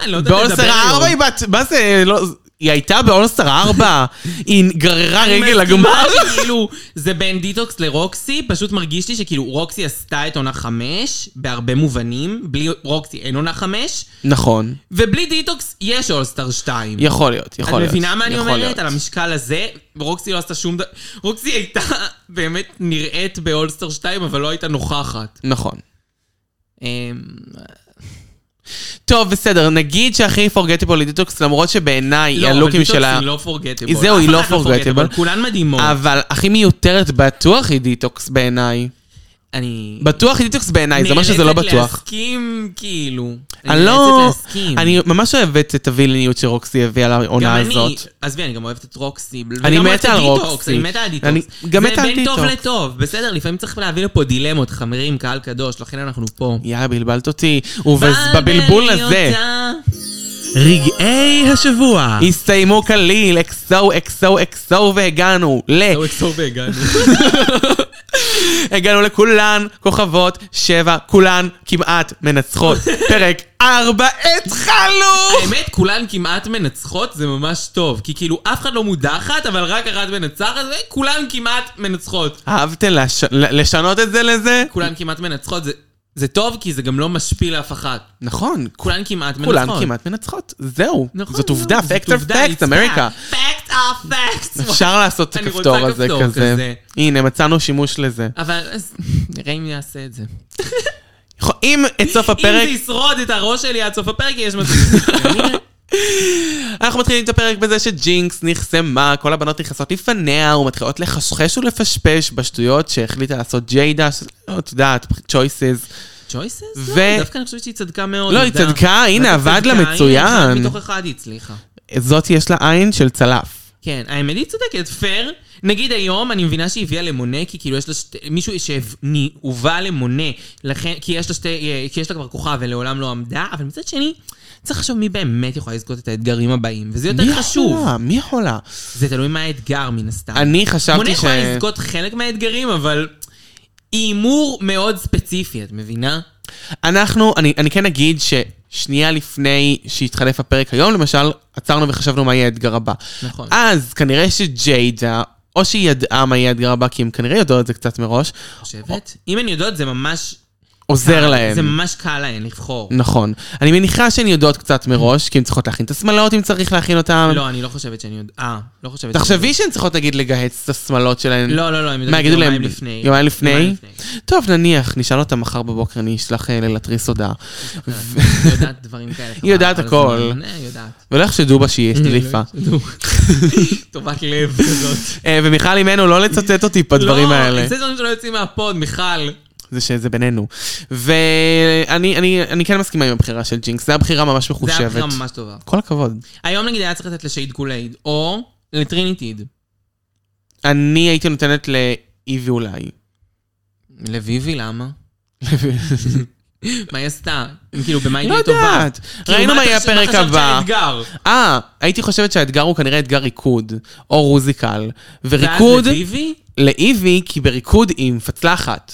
[SPEAKER 2] אני לא יודעת לדבר
[SPEAKER 3] באולסטר
[SPEAKER 2] היום.
[SPEAKER 3] הארבע היא בת... מה זה? לא- היא הייתה באולסטר הארבע. היא גררה רגל לגמר.
[SPEAKER 2] אני מסכימה שכאילו, זה בין דיטוקס לרוקסי, פשוט מרגיש לי שכאילו רוקסי עשתה את עונה 5 בהרבה מובנים, בלי רוקסי אין עונה 5,
[SPEAKER 3] נכון,
[SPEAKER 2] ובלי דיטוקס יש אולסטאר 2.
[SPEAKER 3] יכול להיות, יכול
[SPEAKER 2] את
[SPEAKER 3] להיות.
[SPEAKER 2] מבינה מה אני
[SPEAKER 3] יכול
[SPEAKER 2] אומרת?
[SPEAKER 3] להיות.
[SPEAKER 2] על המשקל הזה, רוקסי לא עשתה שום דבר. רוקסי הייתה באמת נראית באולסטאר 2, אבל לא הייתה נוכחת.
[SPEAKER 3] נכון.
[SPEAKER 2] אמ,
[SPEAKER 3] טוב, בסדר, נגיד שהכי פורגטיבל לדיטוקס, למרות שבעיניי
[SPEAKER 2] לא, אבל
[SPEAKER 3] הלוקים
[SPEAKER 2] דיטוקס
[SPEAKER 3] שלה...
[SPEAKER 2] היא לא פורגטבול.
[SPEAKER 3] זהו, היא לא forgettable.
[SPEAKER 2] כולן מדהימות.
[SPEAKER 3] אבל הכי מיותרת בטוח היא דיטוקס בעיניי.
[SPEAKER 2] אני...
[SPEAKER 3] בטוח היא דיטוקס בעיניי, זה אומר שזה לא
[SPEAKER 2] נאלצת
[SPEAKER 3] בטוח.
[SPEAKER 2] להסכים, כאילו.
[SPEAKER 3] אני לא...
[SPEAKER 2] נאלצת להסכים.
[SPEAKER 3] אני ממש אוהבת את הווילניות שרוקסי הביאה לעונה
[SPEAKER 2] גם אני,
[SPEAKER 3] הזאת.
[SPEAKER 2] עזבי, אני גם אוהבת את רוקסי.
[SPEAKER 3] אני
[SPEAKER 2] וגם
[SPEAKER 3] מתה
[SPEAKER 2] אוהבת את
[SPEAKER 3] על
[SPEAKER 2] דיטוקס,
[SPEAKER 3] רוקסי.
[SPEAKER 2] אני מתה על דיטוקס.
[SPEAKER 3] אני גם מתה על
[SPEAKER 2] זה בין טוב
[SPEAKER 3] דיטוקס.
[SPEAKER 2] לטוב, בסדר, לפעמים צריך להביא לפה דילמות, חברים, קהל קדוש, לכן אנחנו פה.
[SPEAKER 3] יאללה, בלבלת אותי. ובבלבול
[SPEAKER 2] בלבלי
[SPEAKER 3] הזה
[SPEAKER 2] אותה. אה,
[SPEAKER 4] רגעי השבוע.
[SPEAKER 3] הסתיימו כליל, אקסו, אקסו, אקסו, והגענו ל...
[SPEAKER 2] זהו, אקסו והגענו.
[SPEAKER 3] הגענו לכולן כוכבות שבע, כולן כמעט מנצחות. פרק ארבע, התחלנו!
[SPEAKER 2] האמת, כולן כמעט מנצחות, זה ממש טוב. כי כאילו, אף אחד לא מודחת, אבל רק אחת מנצחת, וכולן כמעט מנצחות.
[SPEAKER 3] אהבתם לש- לשנות את זה לזה?
[SPEAKER 2] כולן כמעט מנצחות, זה... זה טוב כי זה גם לא משפיל לאף אחת.
[SPEAKER 3] נכון,
[SPEAKER 2] כולן כמעט מנצחות.
[SPEAKER 3] כולן כמעט מנצחות, זהו.
[SPEAKER 2] נכון,
[SPEAKER 3] זאת
[SPEAKER 2] זהו,
[SPEAKER 3] עובדה,
[SPEAKER 2] זאת
[SPEAKER 3] fact of
[SPEAKER 2] עובדה,
[SPEAKER 3] fact,
[SPEAKER 2] it's
[SPEAKER 3] אמריקה.
[SPEAKER 2] fact. fact of facts.
[SPEAKER 3] אפשר לעשות את
[SPEAKER 2] אני רוצה
[SPEAKER 3] הכפתור הזה
[SPEAKER 2] כפתור כזה.
[SPEAKER 3] כזה. הנה, מצאנו שימוש לזה.
[SPEAKER 2] אבל אז, נראה אם יעשה את זה.
[SPEAKER 3] יכול- אם את סוף
[SPEAKER 2] אם
[SPEAKER 3] הפרק,
[SPEAKER 2] זה ישרוד את הראש שלי עד סוף הפרק, יש מצב.
[SPEAKER 3] אנחנו מתחילים את הפרק בזה שג'ינקס נחסמה, כל הבנות נכנסות לפניה ומתחילות לחשחש ולפשפש בשטויות שהחליטה לעשות ג'יידה, ש- לא, את יודעת, choices.
[SPEAKER 2] צ'ויסס?
[SPEAKER 3] ו-
[SPEAKER 2] לא, דווקא אני חושבת שהיא צדקה מאוד.
[SPEAKER 3] לא, היא
[SPEAKER 2] עובדה.
[SPEAKER 3] צדקה, הנה,
[SPEAKER 2] דווקא
[SPEAKER 3] עבד לה
[SPEAKER 2] צדקה, הנה,
[SPEAKER 3] מצוין.
[SPEAKER 2] אחד מתוך אחד היא הצליחה.
[SPEAKER 3] זאת יש לה עין של צלף.
[SPEAKER 2] כן, האמת היא צודקת, פייר. נגיד היום, אני מבינה שהיא הביאה למונה, כי כאילו יש לה שתי... מישהו שהובא למונה, לכן... כי יש לה שתי... אה, כי יש לה כבר כוכב ולעולם לא עמדה, אבל מצד שני, צריך לחשוב מי באמת יכולה לזכות את האתגרים הבאים, וזה
[SPEAKER 3] מי
[SPEAKER 2] יותר חשוב.
[SPEAKER 3] יכולה? מי יכולה?
[SPEAKER 2] זה תלוי מה האתגר, מן הסתם.
[SPEAKER 3] אני
[SPEAKER 2] מונה
[SPEAKER 3] חשבתי ש...
[SPEAKER 2] יכולה לזכות חלק מהאתגרים, אבל... היא הימור מאוד ספציפי, את מבינה?
[SPEAKER 3] אנחנו, אני, אני כן אגיד ששנייה לפני שהתחלף הפרק היום, למשל, עצרנו וחשבנו מה יהיה האתגר הבא.
[SPEAKER 2] נכון.
[SPEAKER 3] אז כנראה שג'יידה, או שהיא ידעה מה יהיה האתגר הבא, כי הם כנראה יודעות את זה קצת מראש,
[SPEAKER 2] חושבת? אם הן יודעות, זה ממש...
[SPEAKER 3] עוזר
[SPEAKER 2] קל-
[SPEAKER 3] להם.
[SPEAKER 2] זה ממש קל להן לבחור.
[SPEAKER 3] נכון. אני מניחה שהן יודעות קצת מראש, כי הן צריכות להכין את השמלות אם צריך להכין אותן.
[SPEAKER 2] לא, אני לא חושבת שאני יודעת. אה, לא חושבת... שאני
[SPEAKER 3] תחשבי שהן צריכות להגיד לגהץ את השמלות שלהן.
[SPEAKER 2] לא, לא, לא, הם
[SPEAKER 3] כן. מה,
[SPEAKER 2] יודעים
[SPEAKER 3] יגידו להם?
[SPEAKER 2] יומיים לפני. כן.
[SPEAKER 3] יומיים לפני? טוב, נניח, נשאל אותה מחר בבוקר, אני אשלח אה, ללהתריס הודעה.
[SPEAKER 2] היא יודעת דברים כאלה. חבל,
[SPEAKER 3] יודעת
[SPEAKER 2] כל
[SPEAKER 3] הכל.
[SPEAKER 2] הזמן. אה, היא יודעת. אה,
[SPEAKER 3] ולא יחשדו בה שהיא
[SPEAKER 2] לא
[SPEAKER 3] החליפה.
[SPEAKER 2] טובת לב כזאת.
[SPEAKER 3] אה, ומיכל אימנו לא לצטט אותי בדברים האלה.
[SPEAKER 2] לא, זה דברים שלא יוצאים מהפוד, מיכל.
[SPEAKER 3] זה שזה בינינו. ואני אני, אני כן מסכימה עם הבחירה של ג'ינקס, זו הבחירה ממש
[SPEAKER 2] זה
[SPEAKER 3] מחושבת.
[SPEAKER 2] היה בחירה ממש טובה.
[SPEAKER 3] כל הכבוד.
[SPEAKER 2] היום נגיד היה צריך לתת לשייד קולייד, או לטריניטיד.
[SPEAKER 3] אני הייתי נותנת לאיבי אולי.
[SPEAKER 2] לביבי, למה? מה היא עשתה? כאילו, במה היא
[SPEAKER 3] לא
[SPEAKER 2] תהיה טובה?
[SPEAKER 3] יודעת.
[SPEAKER 2] כאילו,
[SPEAKER 3] ראינו מה יהיה
[SPEAKER 2] אתה-
[SPEAKER 3] הפרק
[SPEAKER 2] מה חשבת
[SPEAKER 3] הבא.
[SPEAKER 2] שהאתגר?
[SPEAKER 3] אה, הייתי חושבת שהאתגר הוא כנראה אתגר ריקוד, או רוזיקל.
[SPEAKER 2] ואז
[SPEAKER 3] וריקוד,
[SPEAKER 2] לביבי?
[SPEAKER 3] לאיבי, כי בריקוד היא מפצלחת.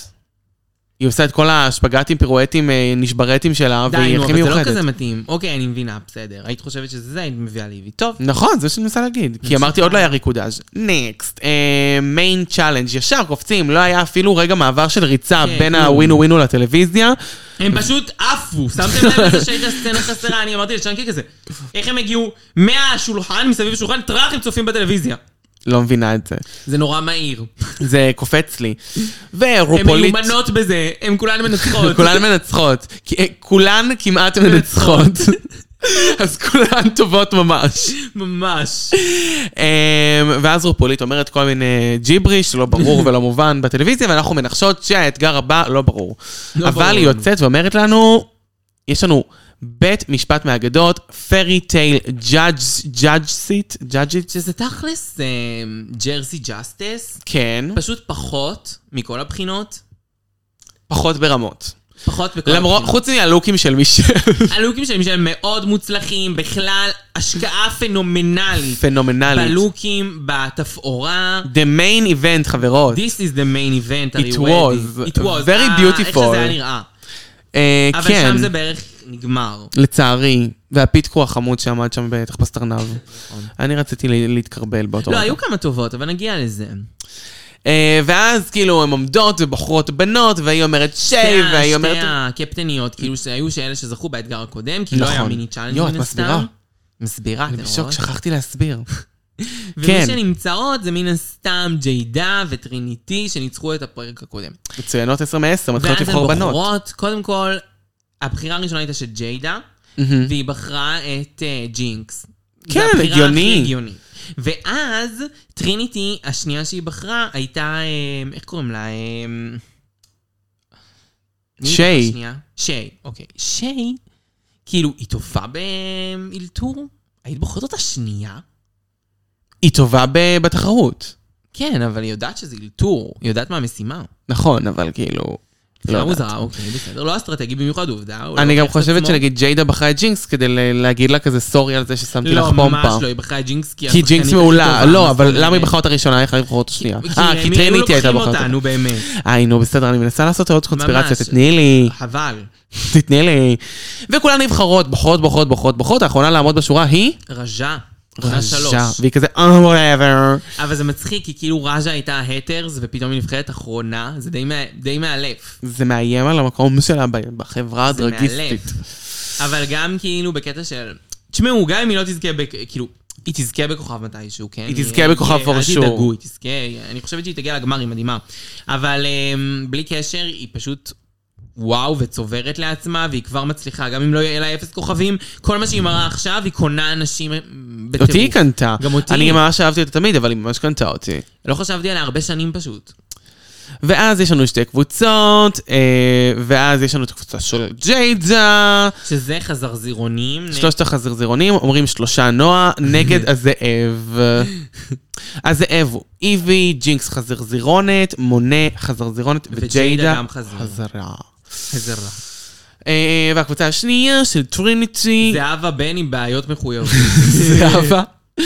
[SPEAKER 3] היא עושה את כל השפגטים, פירואטים, אה, נשברטים שלה,
[SPEAKER 2] די,
[SPEAKER 3] והיא
[SPEAKER 2] נו,
[SPEAKER 3] הכי
[SPEAKER 2] אבל זה לא
[SPEAKER 3] מיוחדת.
[SPEAKER 2] כזה מתאים. אוקיי, אני מבינה, בסדר. היית חושבת שזה זה, היית מביאה ליבי. טוב.
[SPEAKER 3] נכון, זה מה שאני מנסה להגיד. כי אמרתי, עוד לא היה ריקודאז'. נקסט, מיין צ'אלנג', אה, ישר קופצים, לא היה אפילו רגע מעבר של ריצה
[SPEAKER 2] כן,
[SPEAKER 3] בין
[SPEAKER 2] כלום.
[SPEAKER 3] הווינו ווינו לטלוויזיה.
[SPEAKER 2] הם פשוט עפו, שמתם לב לזה שהייתה סצנה חסרה, אני אמרתי לשנקי כזה. איך הם הגיעו מהשולחן, מסביב השולחן, טראח הם צופים בטלוויזיה.
[SPEAKER 3] לא מבינה את זה.
[SPEAKER 2] זה נורא מהיר.
[SPEAKER 3] זה קופץ לי.
[SPEAKER 2] הן
[SPEAKER 3] ורופולית...
[SPEAKER 2] מיומנות בזה, הן כולן מנצחות.
[SPEAKER 3] כולן מנצחות. כי- אה, כולן כמעט מנצחות. אז כולן טובות ממש.
[SPEAKER 2] ממש.
[SPEAKER 3] אמ, ואז רופולית אומרת כל מיני ג'יבריש שלא ברור ולא מובן בטלוויזיה, ואנחנו מנחשות שהאתגר הבא לא ברור.
[SPEAKER 2] לא
[SPEAKER 3] אבל
[SPEAKER 2] ברור.
[SPEAKER 3] היא יוצאת ואומרת לנו, יש לנו בית משפט מאגדות, פרי טייל ג'אג' סיט, ג'אג'ית,
[SPEAKER 2] שזה תכלס אה, ג'רסי ג'סטס,
[SPEAKER 3] כן,
[SPEAKER 2] פשוט פחות מכל הבחינות.
[SPEAKER 3] פחות ברמות.
[SPEAKER 2] פחות בכל
[SPEAKER 3] למרות,
[SPEAKER 2] הבחינות.
[SPEAKER 3] חוץ מהלוקים של מישל,
[SPEAKER 2] הלוקים שלהם שהם מאוד מוצלחים, בכלל השקעה פנומנלית.
[SPEAKER 3] פנומנלית.
[SPEAKER 2] בלוקים, בתפאורה.
[SPEAKER 3] The main event, חברות.
[SPEAKER 2] This is the main event, הרי
[SPEAKER 3] It
[SPEAKER 2] wedding.
[SPEAKER 3] was
[SPEAKER 2] It was.
[SPEAKER 3] very
[SPEAKER 2] אה, איך
[SPEAKER 3] beautiful.
[SPEAKER 2] שזה היה נראה.
[SPEAKER 3] אה,
[SPEAKER 2] אבל
[SPEAKER 3] כן,
[SPEAKER 2] שם זה בערך נגמר.
[SPEAKER 3] לצערי. והפיתקו החמוד שעמד שם בתחפשת ארנב. אני רציתי לה- להתקרבל באותו
[SPEAKER 2] נכון. לא,
[SPEAKER 3] רגע.
[SPEAKER 2] היו כמה טובות, אבל נגיע לזה.
[SPEAKER 3] אה, ואז כאילו הן עומדות ובוחרות בנות, והיא אומרת שי,
[SPEAKER 2] שתי ה-
[SPEAKER 3] והיא
[SPEAKER 2] שתי
[SPEAKER 3] אומרת...
[SPEAKER 2] הקפטניות, כאילו שהיו שאלה שזכו באתגר הקודם, כי לא
[SPEAKER 3] נכון.
[SPEAKER 2] היה מיני צ'אלנג'
[SPEAKER 3] יואו, את
[SPEAKER 2] מן
[SPEAKER 3] מסבירה.
[SPEAKER 2] הסתם. מסבירה,
[SPEAKER 3] אני
[SPEAKER 2] אתה
[SPEAKER 3] בשוק,
[SPEAKER 2] רואה?
[SPEAKER 3] שכחתי להסביר.
[SPEAKER 2] ומי
[SPEAKER 3] כן.
[SPEAKER 2] שנמצאות זה מן הסתם ג'יידה וטריניטי שניצחו את הפרק הקודם.
[SPEAKER 3] מצוינות 10 מ-10, מתחילות
[SPEAKER 2] ואז הן
[SPEAKER 3] לבחור בנות.
[SPEAKER 2] בוחרות, קודם כל, הבחירה הראשונה הייתה של ג'יידה, והיא בחרה את אה, ג'ינקס.
[SPEAKER 3] כן,
[SPEAKER 2] זה הבחירה
[SPEAKER 3] הגיוני.
[SPEAKER 2] הכי הגיונית. ואז טריניטי, השנייה שהיא בחרה, הייתה, אה, איך קוראים לה? אה, מי היא
[SPEAKER 3] שיי.
[SPEAKER 2] בחרה השנייה? שיי, אוקיי. שיי, כאילו, היא טובה באלתור? היית בוחרת אותה שנייה?
[SPEAKER 3] היא טובה ב- בתחרות.
[SPEAKER 2] כן, אבל היא יודעת שזה אלתור, היא יודעת מה המשימה.
[SPEAKER 3] נכון, אבל כאילו... לא
[SPEAKER 2] לא
[SPEAKER 3] יודעת.
[SPEAKER 2] מוזרה, אוקיי, בסדר. לא אסטרטגי במיוחד, עובדה. הוא לא
[SPEAKER 3] אני גם
[SPEAKER 2] הוכיח את
[SPEAKER 3] חושבת
[SPEAKER 2] עצמו.
[SPEAKER 3] שנגיד ג'יידה בחרה את ג'ינקס כדי ל- להגיד לה כזה סורי על זה ששמתי לך
[SPEAKER 2] לא, ממש
[SPEAKER 3] פומפה.
[SPEAKER 2] לא, היא בחרה את ג'ינקס כי...
[SPEAKER 3] כי
[SPEAKER 2] השחקנית
[SPEAKER 3] ג'ינקס
[SPEAKER 2] הכי
[SPEAKER 3] מעולה,
[SPEAKER 2] טובה,
[SPEAKER 3] לא,
[SPEAKER 2] מה
[SPEAKER 3] אבל
[SPEAKER 2] זאת
[SPEAKER 3] למה היא
[SPEAKER 2] אומרת?
[SPEAKER 3] בחרה אותה ראשונה, איך היא בחרה אותה שנייה? אה, כי
[SPEAKER 2] הם היו
[SPEAKER 3] טריניטי הייתה
[SPEAKER 2] לא לוקחים
[SPEAKER 3] בחרת אותה.
[SPEAKER 2] אותנו באמת.
[SPEAKER 3] היי, נו, בסדר, אני מנסה לעשות עוד קונספירציה,
[SPEAKER 2] ממש.
[SPEAKER 3] תתני לי,
[SPEAKER 2] חבל.
[SPEAKER 3] תתני לי. וכולן נבחרות, בוחרות, בוחרות, בוחרות, בוחרות, האחרונה לעמוד בשורה היא
[SPEAKER 2] רז'ה. עונה שלוש.
[SPEAKER 3] והיא כזה, אה, whatever.
[SPEAKER 2] אבל זה מצחיק, כי כאילו רג'ה הייתה ההטרס, ופתאום היא נבחרת אחרונה, זה די מה- די מאלף.
[SPEAKER 3] זה מאיים על המקום שלה ב- בחברה
[SPEAKER 2] זה מאלף.
[SPEAKER 3] הדרגיסטית.
[SPEAKER 2] אבל גם כאילו בקטע של... תשמעו, גם אם היא לא תזכה, בכ- כאילו, היא תזכה בכוכב מתישהו, כן?
[SPEAKER 3] היא תזכה בכוכב
[SPEAKER 2] יהיה-
[SPEAKER 3] פורשור.
[SPEAKER 2] אל תדאגו, היא תזכה, אני חושבת שהיא תגיע לגמר, היא מדהימה. אבל אמ, בלי קשר, היא פשוט... וואו, וצוברת לעצמה, והיא כבר מצליחה, גם אם לא יהיה לה אפס כוכבים, כל מה שהיא מראה עכשיו, היא קונה אנשים אמ, בטירוף.
[SPEAKER 3] אותי היא קנתה.
[SPEAKER 2] גם אותי.
[SPEAKER 3] אני ממש אהבתי אותה תמיד, אבל היא ממש קנתה אותי.
[SPEAKER 2] לא חשבתי עליה הרבה שנים פשוט.
[SPEAKER 3] ואז יש לנו שתי קבוצות, אה, ואז יש לנו את הקבוצה של ג'יידה,
[SPEAKER 2] שזה חזרזירונים.
[SPEAKER 3] שלושת החזרזירונים, אומרים שלושה נועה, נגד הזאב. הזאב הוא איבי, ג'ינקס חזרזירונת, מונה חזרזירונת, וג'יידה
[SPEAKER 2] גם חזרה.
[SPEAKER 3] חזרה.
[SPEAKER 2] חזרה.
[SPEAKER 3] אה, והקבוצה השנייה של טריניטי,
[SPEAKER 2] זהבה בן עם בעיות מחויבות.
[SPEAKER 3] זהבה. אה,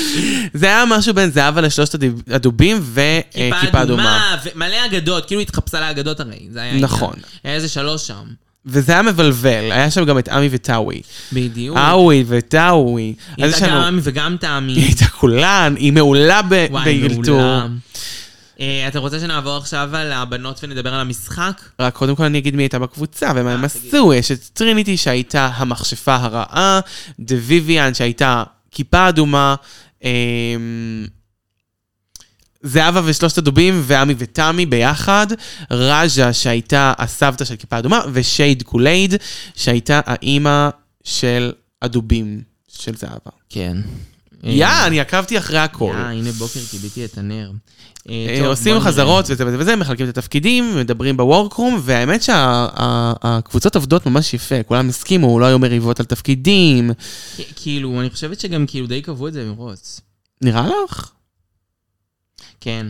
[SPEAKER 3] זה היה משהו בין זהבה לשלושת הדיב- הדובים וכיפה אה, אדומה.
[SPEAKER 2] ומלא אגדות, כאילו התחפשה לאגדות הרי. זה היה העניין.
[SPEAKER 3] נכון.
[SPEAKER 2] היה איזה שלוש שם.
[SPEAKER 3] וזה היה מבלבל, היה שם גם את עמי וטאווי.
[SPEAKER 2] בדיוק.
[SPEAKER 3] אאווי וטאווי.
[SPEAKER 2] היא
[SPEAKER 3] אז יש
[SPEAKER 2] הייתה
[SPEAKER 3] לנו-
[SPEAKER 2] גם וגם
[SPEAKER 3] היא
[SPEAKER 2] תמי.
[SPEAKER 3] הייתה כולן, היא מעולה ב-
[SPEAKER 2] וואי,
[SPEAKER 3] באילתור.
[SPEAKER 2] מעולה. אה, אתה רוצה שנעבור עכשיו על הבנות ונדבר על המשחק?
[SPEAKER 3] רק קודם כל אני אגיד מי הייתה בקבוצה ומה הם
[SPEAKER 2] תגיד.
[SPEAKER 3] עשו. יש את טריניטי שהייתה המכשפה הרעה, דה ויויאן שהייתה כיפה אדומה, אמ, זהבה ושלושת הדובים ועמי ותמי ביחד, רג'ה שהייתה הסבתא של כיפה אדומה, ושייד קולייד שהייתה האימא של הדובים של זהבה.
[SPEAKER 2] כן.
[SPEAKER 3] יא, אני עקבתי אחרי הכל.
[SPEAKER 2] אה, הנה בוקר כיביתי את הנר. אה,
[SPEAKER 3] אה,
[SPEAKER 2] טוב,
[SPEAKER 3] עושים
[SPEAKER 2] בוא נראה.
[SPEAKER 3] חזרות וזה וזה וזה, מחלקים את התפקידים, מדברים בוורקרום, והאמת שהקבוצות עובדות ממש יפה, כולם הסכימו, לא היו מריבות על תפקידים.
[SPEAKER 2] כ- כאילו, אני חושבת שגם כאילו די קבעו את זה מרוץ.
[SPEAKER 3] נראה לך?
[SPEAKER 2] כן.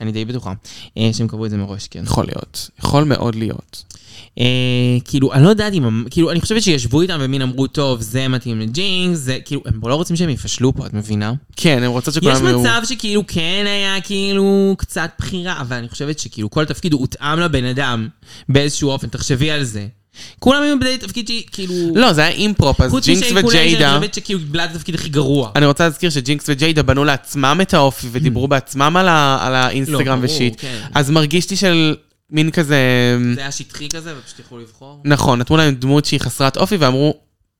[SPEAKER 2] אני די בטוחה אה, שהם קבעו את זה מראש, כן.
[SPEAKER 3] יכול להיות, יכול מאוד להיות.
[SPEAKER 2] אה, כאילו, אני לא יודעת אם... הם- כאילו, אני חושבת שישבו איתם ומין אמרו, טוב, זה מתאים לג'ינגס, זה... כאילו, הם לא רוצים שהם יפשלו פה, את מבינה? כאילו,
[SPEAKER 3] כן, הם רוצות
[SPEAKER 2] יש
[SPEAKER 3] שכולם
[SPEAKER 2] מצב שכאילו כן היה כאילו קצת בחירה, אבל אני חושבת שכאילו כל תפקיד הוא הותאם לבן אדם באיזשהו אופן, תחשבי על זה. כולם היו בדי תפקיד שכאילו...
[SPEAKER 3] לא, זה היה אימפרופ, אז
[SPEAKER 2] חוץ
[SPEAKER 3] ג'ינקס
[SPEAKER 2] משיין קולן, שאני
[SPEAKER 3] וג'יידה...
[SPEAKER 2] חושבת שכאילו קיבלה את התפקיד הכי גרוע.
[SPEAKER 3] אני רוצה להזכיר שג'ינקס וג'יידה בנו לעצמם את האופי ודיברו בעצמם על ה- על האינסטגרם
[SPEAKER 2] Mm. לא, ברור,
[SPEAKER 3] ושיט.
[SPEAKER 2] כן.
[SPEAKER 3] אז מרגיש לי של מין כזה...
[SPEAKER 2] זה היה שטחי כזה, ופשוט יכלו לבחור.
[SPEAKER 3] נכון, נתנו להם דמות שהיא חסרת אופי ואמרו,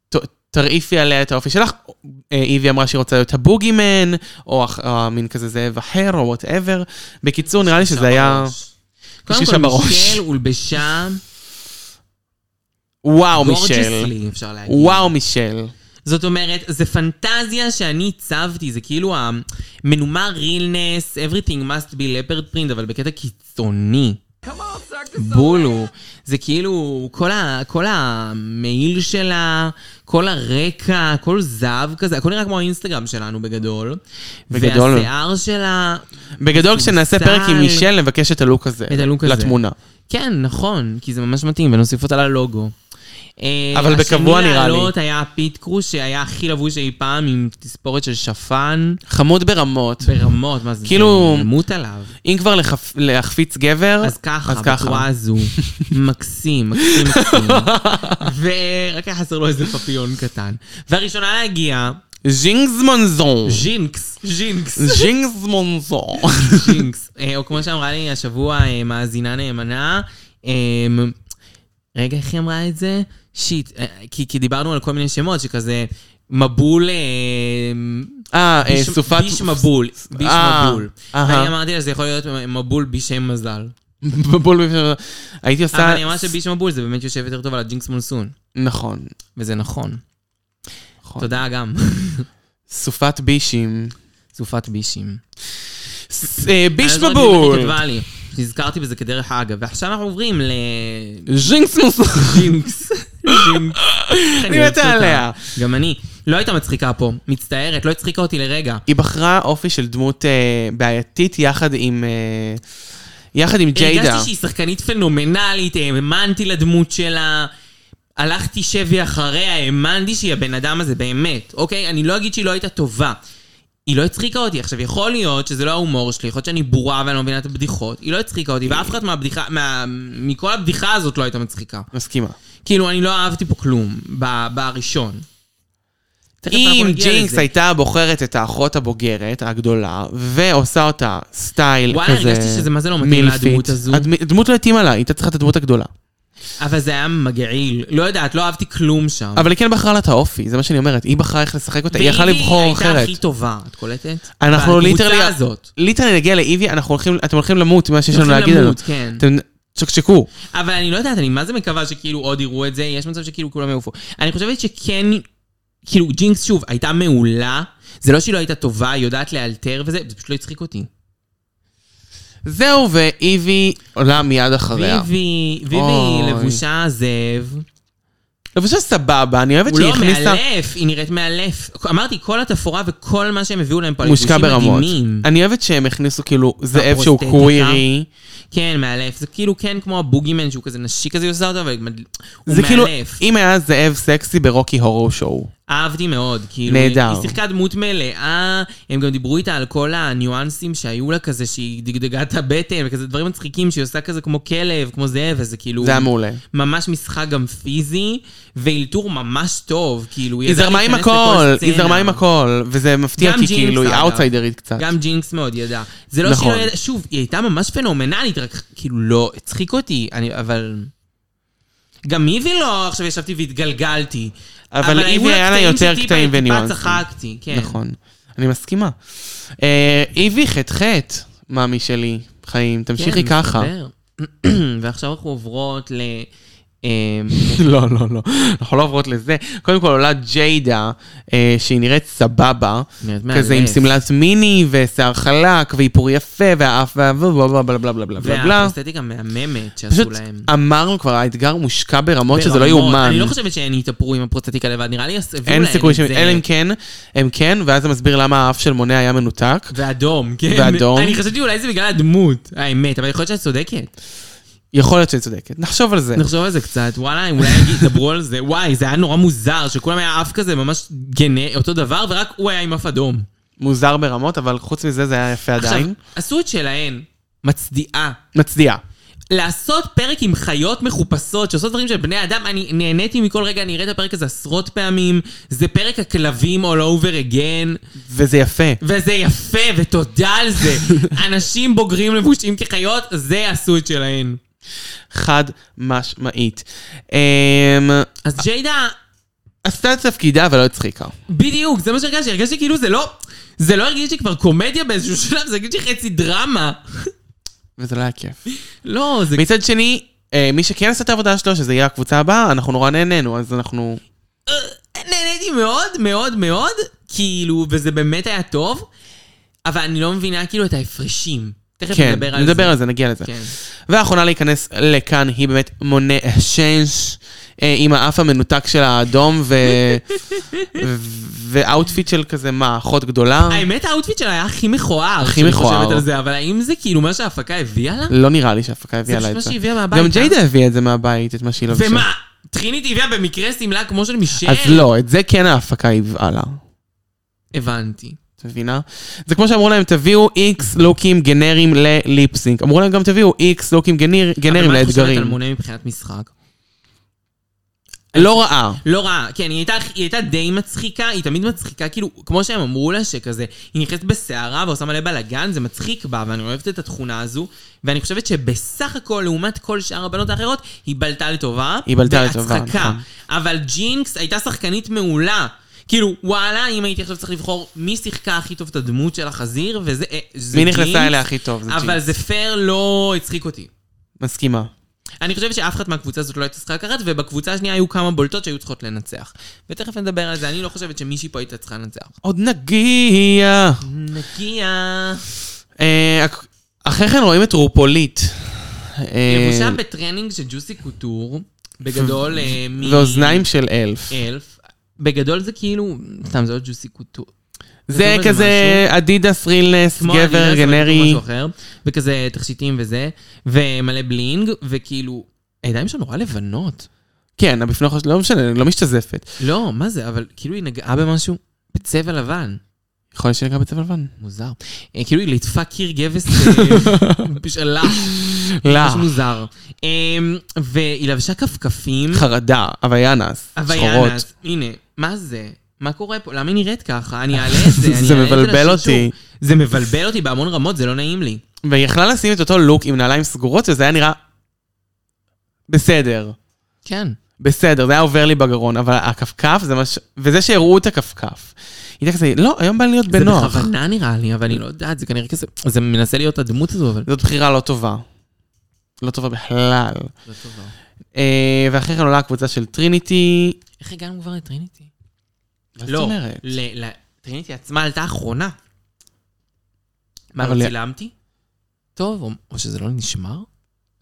[SPEAKER 3] "ת- תרעיפי עליה את האופי שלך. אה, איבי אמרה שהיא רוצה להיות הבוגימן, או אח- אה, מין כזה זאב אחר, או וואטאבר. בקיצור,
[SPEAKER 2] לא,
[SPEAKER 3] נראה לי שזה היה...
[SPEAKER 2] קודם
[SPEAKER 3] שישה
[SPEAKER 2] כל,
[SPEAKER 3] בראש.
[SPEAKER 2] מישל הולבשה
[SPEAKER 3] וואו, מישל.
[SPEAKER 2] גורג'סלי, אפשר להגיד.
[SPEAKER 3] וואו, מישל.
[SPEAKER 2] זאת אומרת, זה פנטזיה שאני הצבתי, זה כאילו המנומר רילנס, everything must be leopard print, אבל בקטע קיצוני. בולו. זה כאילו, כל, ה, כל המעיל שלה, כל הרקע, כל זהב כזה, הכל נראה כמו האינסטגרם שלנו בגדול.
[SPEAKER 3] בגדול.
[SPEAKER 2] והשיער שלה,
[SPEAKER 3] בגדול, כשנעשה פרק
[SPEAKER 2] מסוסל.
[SPEAKER 3] עם מישל, נבקש את הלוק הזה.
[SPEAKER 2] את הלוק הזה.
[SPEAKER 3] לתמונה.
[SPEAKER 2] כן, נכון, כי זה ממש מתאים, ונוסיף אותה ללוגו. אה,
[SPEAKER 3] אבל בקבוע נראה לי.
[SPEAKER 2] השני לעלות היה הפיט קרוס, שהיה הכי לבוש אי פעם, עם תספורת של שפן.
[SPEAKER 3] חמוד ברמות.
[SPEAKER 2] ברמות, מה זה?
[SPEAKER 3] כאילו-
[SPEAKER 2] זה למות עליו.
[SPEAKER 3] אם כבר לחפ- להחפיץ גבר,
[SPEAKER 2] אז ככה, בצורה הזו. מקסים, מקסים, מקסים. ורק היה חסר לו איזה פפיון קטן. והראשונה להגיע,
[SPEAKER 3] ז'ינגס מונזון.
[SPEAKER 2] ז'ינקס, ז'ינקס.
[SPEAKER 3] ז'ינגס מונזון.
[SPEAKER 2] ז'ינקס. אה, או כמו שאמרה לי השבוע אה, מאזינה נאמנה, אה, רגע, איך היא אמרה את זה? שיט, אה, כי כי דיברנו על כל מיני שמות שכזה מבול... אה,
[SPEAKER 3] אה, אה,
[SPEAKER 2] ביש-
[SPEAKER 3] סופת...
[SPEAKER 2] ביש מבול, ביש
[SPEAKER 3] אה,
[SPEAKER 2] מבול.
[SPEAKER 3] אהה.
[SPEAKER 2] אני אמרתי לה שזה יכול להיות אה, מבול בשם מזל.
[SPEAKER 3] מבול. הייתי
[SPEAKER 2] אבל
[SPEAKER 3] עושה...
[SPEAKER 2] אני אמרתי שביש מבול זה באמת יושב יותר טוב על הג'ינקס מונסון,
[SPEAKER 3] נכון.
[SPEAKER 2] וזה נכון.
[SPEAKER 3] נכון.
[SPEAKER 2] תודה גם.
[SPEAKER 3] סופת בישים.
[SPEAKER 2] סופת בישים.
[SPEAKER 3] ס- אה, ביש
[SPEAKER 2] אני לא זוכרת מי
[SPEAKER 3] מבול.
[SPEAKER 2] כתבה לי, נזכרתי בזה כדרך אגב. ועכשיו אנחנו עוברים ל...
[SPEAKER 3] ז'ינקס מוסר.
[SPEAKER 2] ג'ינקס. ג'ינקס.
[SPEAKER 3] אני מתה עליה.
[SPEAKER 2] גם אני. לא הייתה מצחיקה פה. מצטערת, לא הצחיקה אותי לרגע.
[SPEAKER 3] היא בחרה אופי של דמות אה, בעייתית יחד עם... אה, יחד עם ג'יידה.
[SPEAKER 2] הרגשתי שהיא שחקנית פנומנלית, האמנתי לדמות שלה. הלכתי שבי אחריה, האמנתי שהיא הבן אדם הזה באמת, אוקיי? אני לא אגיד שהיא לא הייתה טובה. היא לא הצחיקה אותי. עכשיו, יכול להיות שזה לא ההומור שלי, יכול להיות שאני בורה ואני לא מבינה את הבדיחות. היא לא הצחיקה אותי, ואף אחת מהבדיחה, מה... מכל הבדיחה הזאת לא הייתה מצחיקה.
[SPEAKER 3] מסכימה.
[SPEAKER 2] כאילו, אני לא אהבתי פה כלום, ב... בראשון. תכף אנחנו
[SPEAKER 3] אם
[SPEAKER 2] נגיע
[SPEAKER 3] ג'ינקס
[SPEAKER 2] לזה.
[SPEAKER 3] הייתה בוחרת את האחות הבוגרת, הגדולה, ועושה אותה סטייל
[SPEAKER 2] וואי,
[SPEAKER 3] כזה...
[SPEAKER 2] הרגשתי שזה מה זה לא מתאים
[SPEAKER 3] מילפית.
[SPEAKER 2] לדמות הזו. אה.
[SPEAKER 3] הדמ- הדמות לא התאימה לה, היא הייתה צריכה את הדמות הגדולה.
[SPEAKER 2] אבל זה היה מגעיל. לא יודעת, לא אהבתי כלום שם.
[SPEAKER 3] אבל היא כן בחרה לה את האופי, זה מה שאני אומרת. היא בחרה איך לשחק אותה, היא יכלה
[SPEAKER 2] ואיבי
[SPEAKER 3] לבחור
[SPEAKER 2] הייתה
[SPEAKER 3] אחרת.
[SPEAKER 2] הכי טובה, את קולטת?
[SPEAKER 3] אנחנו לא ליטרלי...
[SPEAKER 2] בקבוצה הזאת.
[SPEAKER 3] ליטרלי נגיע לאיבי, אנחנו הולכים, אתם הולכים למות ממה שיש לנו
[SPEAKER 2] הולכים
[SPEAKER 3] להגיד עליו.
[SPEAKER 2] למות, כן.
[SPEAKER 3] אתם צ'קשקו.
[SPEAKER 2] אבל אני לא יודעת, אני מה זה מקווה שכאילו עוד יראו את זה, יש מצב שכאילו כולם יעופו. אני חושבת שכן, כאילו ג'ינקס שוב, הייתה מעולה, זה לא שהיא לא הייתה טובה, היא יודעת לאלתר וזה, זה פשוט לא הצחיק אותי.
[SPEAKER 3] זהו, ואיבי עולה מיד אחריה.
[SPEAKER 2] ויבי, ויבי
[SPEAKER 3] אוי.
[SPEAKER 2] לבושה זאב,
[SPEAKER 3] לבושה לא, סבבה, אני אוהבת
[SPEAKER 2] הוא
[SPEAKER 3] שהיא
[SPEAKER 2] לא
[SPEAKER 3] הכניסה...
[SPEAKER 2] מאלף, היא נראית מאלף. אמרתי, כל התפאורה וכל מה שהם הביאו להם פה,
[SPEAKER 3] מושקע
[SPEAKER 2] לבושים
[SPEAKER 3] ברמות.
[SPEAKER 2] מדהימים.
[SPEAKER 3] אני אוהבת שהם הכניסו כאילו זאב שהוא
[SPEAKER 2] הפרוסטטיקה.
[SPEAKER 3] קווירי.
[SPEAKER 2] כן, מאלף. זה כאילו כן כמו הבוגימן שהוא כזה נשי כזה היא עושה אותו, אבל מד- הוא
[SPEAKER 3] זה כאילו,
[SPEAKER 2] מאלף.
[SPEAKER 3] אם היה זאב סקסי ברוקי הורו שואו.
[SPEAKER 2] אהבתי מאוד, כאילו,
[SPEAKER 3] נהדר.
[SPEAKER 2] היא שיחקה דמות מלאה, הם גם דיברו איתה על כל הניואנסים שהיו לה כזה, שהיא דגדגה את הבטן, וכזה דברים מצחיקים שהיא עושה כזה כמו כלב, כמו זאב, וזה כאילו...
[SPEAKER 3] זה היה מעולה.
[SPEAKER 2] ממש משחק גם פיזי, ואילתור ממש טוב, כאילו,
[SPEAKER 3] היא
[SPEAKER 2] ידעה
[SPEAKER 3] זרמה עם
[SPEAKER 2] להיכנס לכל
[SPEAKER 3] הכל, היא
[SPEAKER 2] סצנה.
[SPEAKER 3] זרמה עם הכל, וזה מפתיע
[SPEAKER 2] גם
[SPEAKER 3] כי
[SPEAKER 2] ג'ינקס,
[SPEAKER 3] כאילו היא
[SPEAKER 2] אגב.
[SPEAKER 3] אאוטסיידרית קצת.
[SPEAKER 2] גם ג'ינקס מאוד ידע. זה לא
[SPEAKER 3] נכון.
[SPEAKER 2] שהיא לא ידעה, שוב, היא הייתה ממש פנומנלית, רק כאילו לא הצחיק אותי, אני, אבל... גם איבי לא, עכשיו ישבתי והתגלגלתי.
[SPEAKER 3] אבל איבי
[SPEAKER 2] היו
[SPEAKER 3] היה לה
[SPEAKER 2] קטעים
[SPEAKER 3] יותר
[SPEAKER 2] שטיפה-
[SPEAKER 3] קטעים וניואנסים.
[SPEAKER 2] טיפה צחקתי, כן.
[SPEAKER 3] נכון. אני מסכימה. אה, איבי ח"ח, מאמי שלי, חיים,
[SPEAKER 2] כן,
[SPEAKER 3] תמשיכי ככה.
[SPEAKER 2] מסתבר. ועכשיו אנחנו עוברות ל... אמ,
[SPEAKER 3] לא, לא, לא. אנחנו לא עוברות לזה. קודם כל עולה ג'יידה, אה, שהיא נראית סבבה.
[SPEAKER 2] נראית
[SPEAKER 3] כזה עם
[SPEAKER 2] מאלף.
[SPEAKER 3] שמלת מיני, ושיער חלק, ואיפור יפה, והאף והבלה בלה בלה בלה בלה בלה בלה בלה.
[SPEAKER 2] והפרוסטטיקה מהממת שעשו
[SPEAKER 3] פשוט
[SPEAKER 2] להם.
[SPEAKER 3] אמרנו כבר, האתגר מושקע ברמות שזה לא
[SPEAKER 2] ברמות.
[SPEAKER 3] יאומן.
[SPEAKER 2] אני לא חושבת שהן יתאפרו עם הפרוסטטיקה לבד, נראה לי הביאו להם
[SPEAKER 3] אין סיכוי ש...
[SPEAKER 2] את זה.
[SPEAKER 3] אלא אם כן, הם כן, ואז זה מסביר למה האף של מונה היה מנותק.
[SPEAKER 2] ואדום, כן.
[SPEAKER 3] ואדום.
[SPEAKER 2] אני חשבתי אולי זה בגלל הדמות, האמת, אבל יכול להיות שאת צודקת.
[SPEAKER 3] יכול להיות שהיא צודקת, נחשוב על זה.
[SPEAKER 2] נחשוב על זה קצת, וואלה, אולי יגיד- ידברו על זה. וואי, זה היה נורא מוזר, שכולם היה אף כזה ממש גנה, אותו דבר, ורק הוא היה עם אף אדום.
[SPEAKER 3] מוזר ברמות, אבל חוץ מזה זה היה יפה
[SPEAKER 2] עכשיו,
[SPEAKER 3] עדיין.
[SPEAKER 2] עשו את שלהן, מצדיעה.
[SPEAKER 3] מצדיעה.
[SPEAKER 2] לעשות פרק עם חיות מחופשות, שעושות דברים של בני אדם, אני נהניתי מכל רגע, אני אראה את הפרק הזה עשרות פעמים. זה פרק הכלבים all over again.
[SPEAKER 3] וזה יפה.
[SPEAKER 2] וזה יפה, ותודה על זה. אנשים בוגרים לבושים כחיות, זה עשו את שלהן.
[SPEAKER 3] חד משמעית. אמ,
[SPEAKER 2] אז ג'יידה,
[SPEAKER 3] עשתה את תפקידה, אבל לא הצחיקה.
[SPEAKER 2] בדיוק, זה מה שהרגשתי, הרגשתי כאילו זה לא... זה לא הרגיש לי כבר קומדיה באיזשהו שלב, זה הרגיש לי חצי דרמה.
[SPEAKER 3] וזה לא היה כיף.
[SPEAKER 2] לא, זה...
[SPEAKER 3] מצד שני, אה, מי שכן עשה את העבודה שלו, שזה יהיה הקבוצה הבאה, אנחנו נורא נהנינו, אז אנחנו...
[SPEAKER 2] נהניתי מאוד מאוד מאוד, כאילו, וזה באמת היה טוב, אבל אני לא מבינה כאילו את ההפרשים. תכף
[SPEAKER 3] כן,
[SPEAKER 2] נדבר על זה.
[SPEAKER 3] נדבר על זה, נגיע לזה.
[SPEAKER 2] כן.
[SPEAKER 3] והאחרונה להיכנס לכאן היא באמת מונה שיינש, אה, עם האף המנותק של האדום ו... ו- ואאוטפיט של כזה, מה, אחות גדולה?
[SPEAKER 2] האמת, האוטפיט שלה היה הכי מכוער.
[SPEAKER 3] הכי
[SPEAKER 2] כשאני
[SPEAKER 3] מכוער.
[SPEAKER 2] חושבת על זה, אבל האם זה כאילו מה שההפקה הביאה לה?
[SPEAKER 3] לא נראה לי שההפקה הביאה
[SPEAKER 2] פשוט
[SPEAKER 3] לה את
[SPEAKER 2] מה
[SPEAKER 3] זה.
[SPEAKER 2] שהיא הביאה מהבית,
[SPEAKER 3] גם
[SPEAKER 2] אה?
[SPEAKER 3] ג'יידה הביאה את זה מהבית, את מה שהיא לבשה.
[SPEAKER 2] ומה? טריניטי הביאה במקרה שמלה כמו של מישל?
[SPEAKER 3] אז לא, את זה כן ההפקה הביאה לה.
[SPEAKER 2] הבנתי.
[SPEAKER 3] את מבינה? זה כמו שאמרו להם, תביאו איקס לוקים גנרים לליפסינק. אמרו להם גם תביאו איקס לוקים גניר- גנרים
[SPEAKER 2] אבל מה את חושבת על
[SPEAKER 3] לאתגרים.
[SPEAKER 2] מונה מבחינת משחק?
[SPEAKER 3] לא רעה.
[SPEAKER 2] לא רע, כן, היא הייתה, היא הייתה די מצחיקה, היא תמיד מצחיקה, כאילו, כמו שהם אמרו לה, שכזה, היא נכנסת בסערה ועושה מלא בלאגן, זה מצחיק בה, ואני אוהבת את התכונה הזו, ואני חושבת שבסך הכל, לעומת כל שאר הבנות האחרות, היא בלטה לטובה.
[SPEAKER 3] היא בלטה לטובה,
[SPEAKER 2] בהצחקה.
[SPEAKER 3] נכון.
[SPEAKER 2] אבל ג'ינקס הייתה שחקנית מעולה. כאילו, וואלה, אם הייתי עכשיו צריך לבחור מי שיחקה הכי טוב את הדמות של החזיר, וזה... אה, זה
[SPEAKER 3] מי נכנסה
[SPEAKER 2] ג'ינקס,
[SPEAKER 3] אליה הכי טוב? זה
[SPEAKER 2] אבל
[SPEAKER 3] ג'ינקס.
[SPEAKER 2] זה פייר לא הצחיק אותי.
[SPEAKER 3] מסכימה.
[SPEAKER 2] אני חושבת שאף אחת מהקבוצה הזאת לא הייתה צריכה לקחת, ובקבוצה השנייה היו כמה בולטות שהיו צריכות לנצח. ותכף נדבר על זה, אני לא חושבת שמישהי פה הייתה צריכה לנצח.
[SPEAKER 3] עוד נגיע.
[SPEAKER 2] נגיע.
[SPEAKER 3] אה, אק- אחרי כן רואים את רופולית. אה,
[SPEAKER 2] לבושה בטרנינג של ג'וסי קוטור, בגדול אה, מ...
[SPEAKER 3] ואוזניים של אלף.
[SPEAKER 2] אלף. בגדול זה כאילו, סתם זה לא ג'וסי קוטור.
[SPEAKER 3] זה
[SPEAKER 2] כתוב איזה
[SPEAKER 3] כזה אדידס רילנס,
[SPEAKER 2] כמו
[SPEAKER 3] גבר,
[SPEAKER 2] אדידס, אבל כתוב
[SPEAKER 3] גנרי.
[SPEAKER 2] משהו אחר, וכזה תכשיטים וזה, ומלא בלינג, וכאילו, הידיים שלו נורא לבנות.
[SPEAKER 3] כן, הבפנוכת, לא משנה, לא משתזפת.
[SPEAKER 2] לא, מה זה, אבל כאילו היא נגעה במשהו בצבע לבן.
[SPEAKER 3] יכול להיות שנגע בצבע לבן.
[SPEAKER 2] מוזר. אה, כאילו היא ליטפה קיר גבס אה, בשאלה.
[SPEAKER 3] לה.
[SPEAKER 2] ממש מוזר. אה, והיא לבשה כפכפים.
[SPEAKER 3] חרדה, הוויאנס,
[SPEAKER 2] הוויאנס.
[SPEAKER 3] שחורות.
[SPEAKER 2] הנה, מה זה? מה קורה פה? למה היא נראית ככה? אני אעלה את זה, אני אעלה את
[SPEAKER 3] זה מבלבל
[SPEAKER 2] אנשים
[SPEAKER 3] אותי.
[SPEAKER 2] שהוא- זה מבלבל אותי בהמון רמות, זה לא נעים לי.
[SPEAKER 3] והיא יכלה לשים את אותו לוק עם נעליים סגורות, וזה היה נראה בסדר.
[SPEAKER 2] כן.
[SPEAKER 3] בסדר, זה היה עובר לי בגרון, אבל הכפכף זה מה ש... וזה שהראו את הכפכף. היא הייתה כזה, לא, היום בא לי להיות
[SPEAKER 2] זה
[SPEAKER 3] בנוח.
[SPEAKER 2] בכוונה נראה לי, אבל אני לא יודעת, זה כנראה כזה... זה מנסה להיות הדמות הזו, אבל...
[SPEAKER 3] זאת בחירה לא טובה. לא טובה בכלל.
[SPEAKER 2] לא טוב, לא.
[SPEAKER 3] אה, ואחרי כן עולה הקבוצה של טריניטי.
[SPEAKER 2] איך הגענו כבר לטריניטי?
[SPEAKER 3] מה
[SPEAKER 2] לא.
[SPEAKER 3] זאת אומרת?
[SPEAKER 2] ל- ל- טריניטי עצמה עלתה אחרונה. מה,
[SPEAKER 3] אבל-
[SPEAKER 2] אבל צילמתי? טוב, או- או שזה לא נשמר?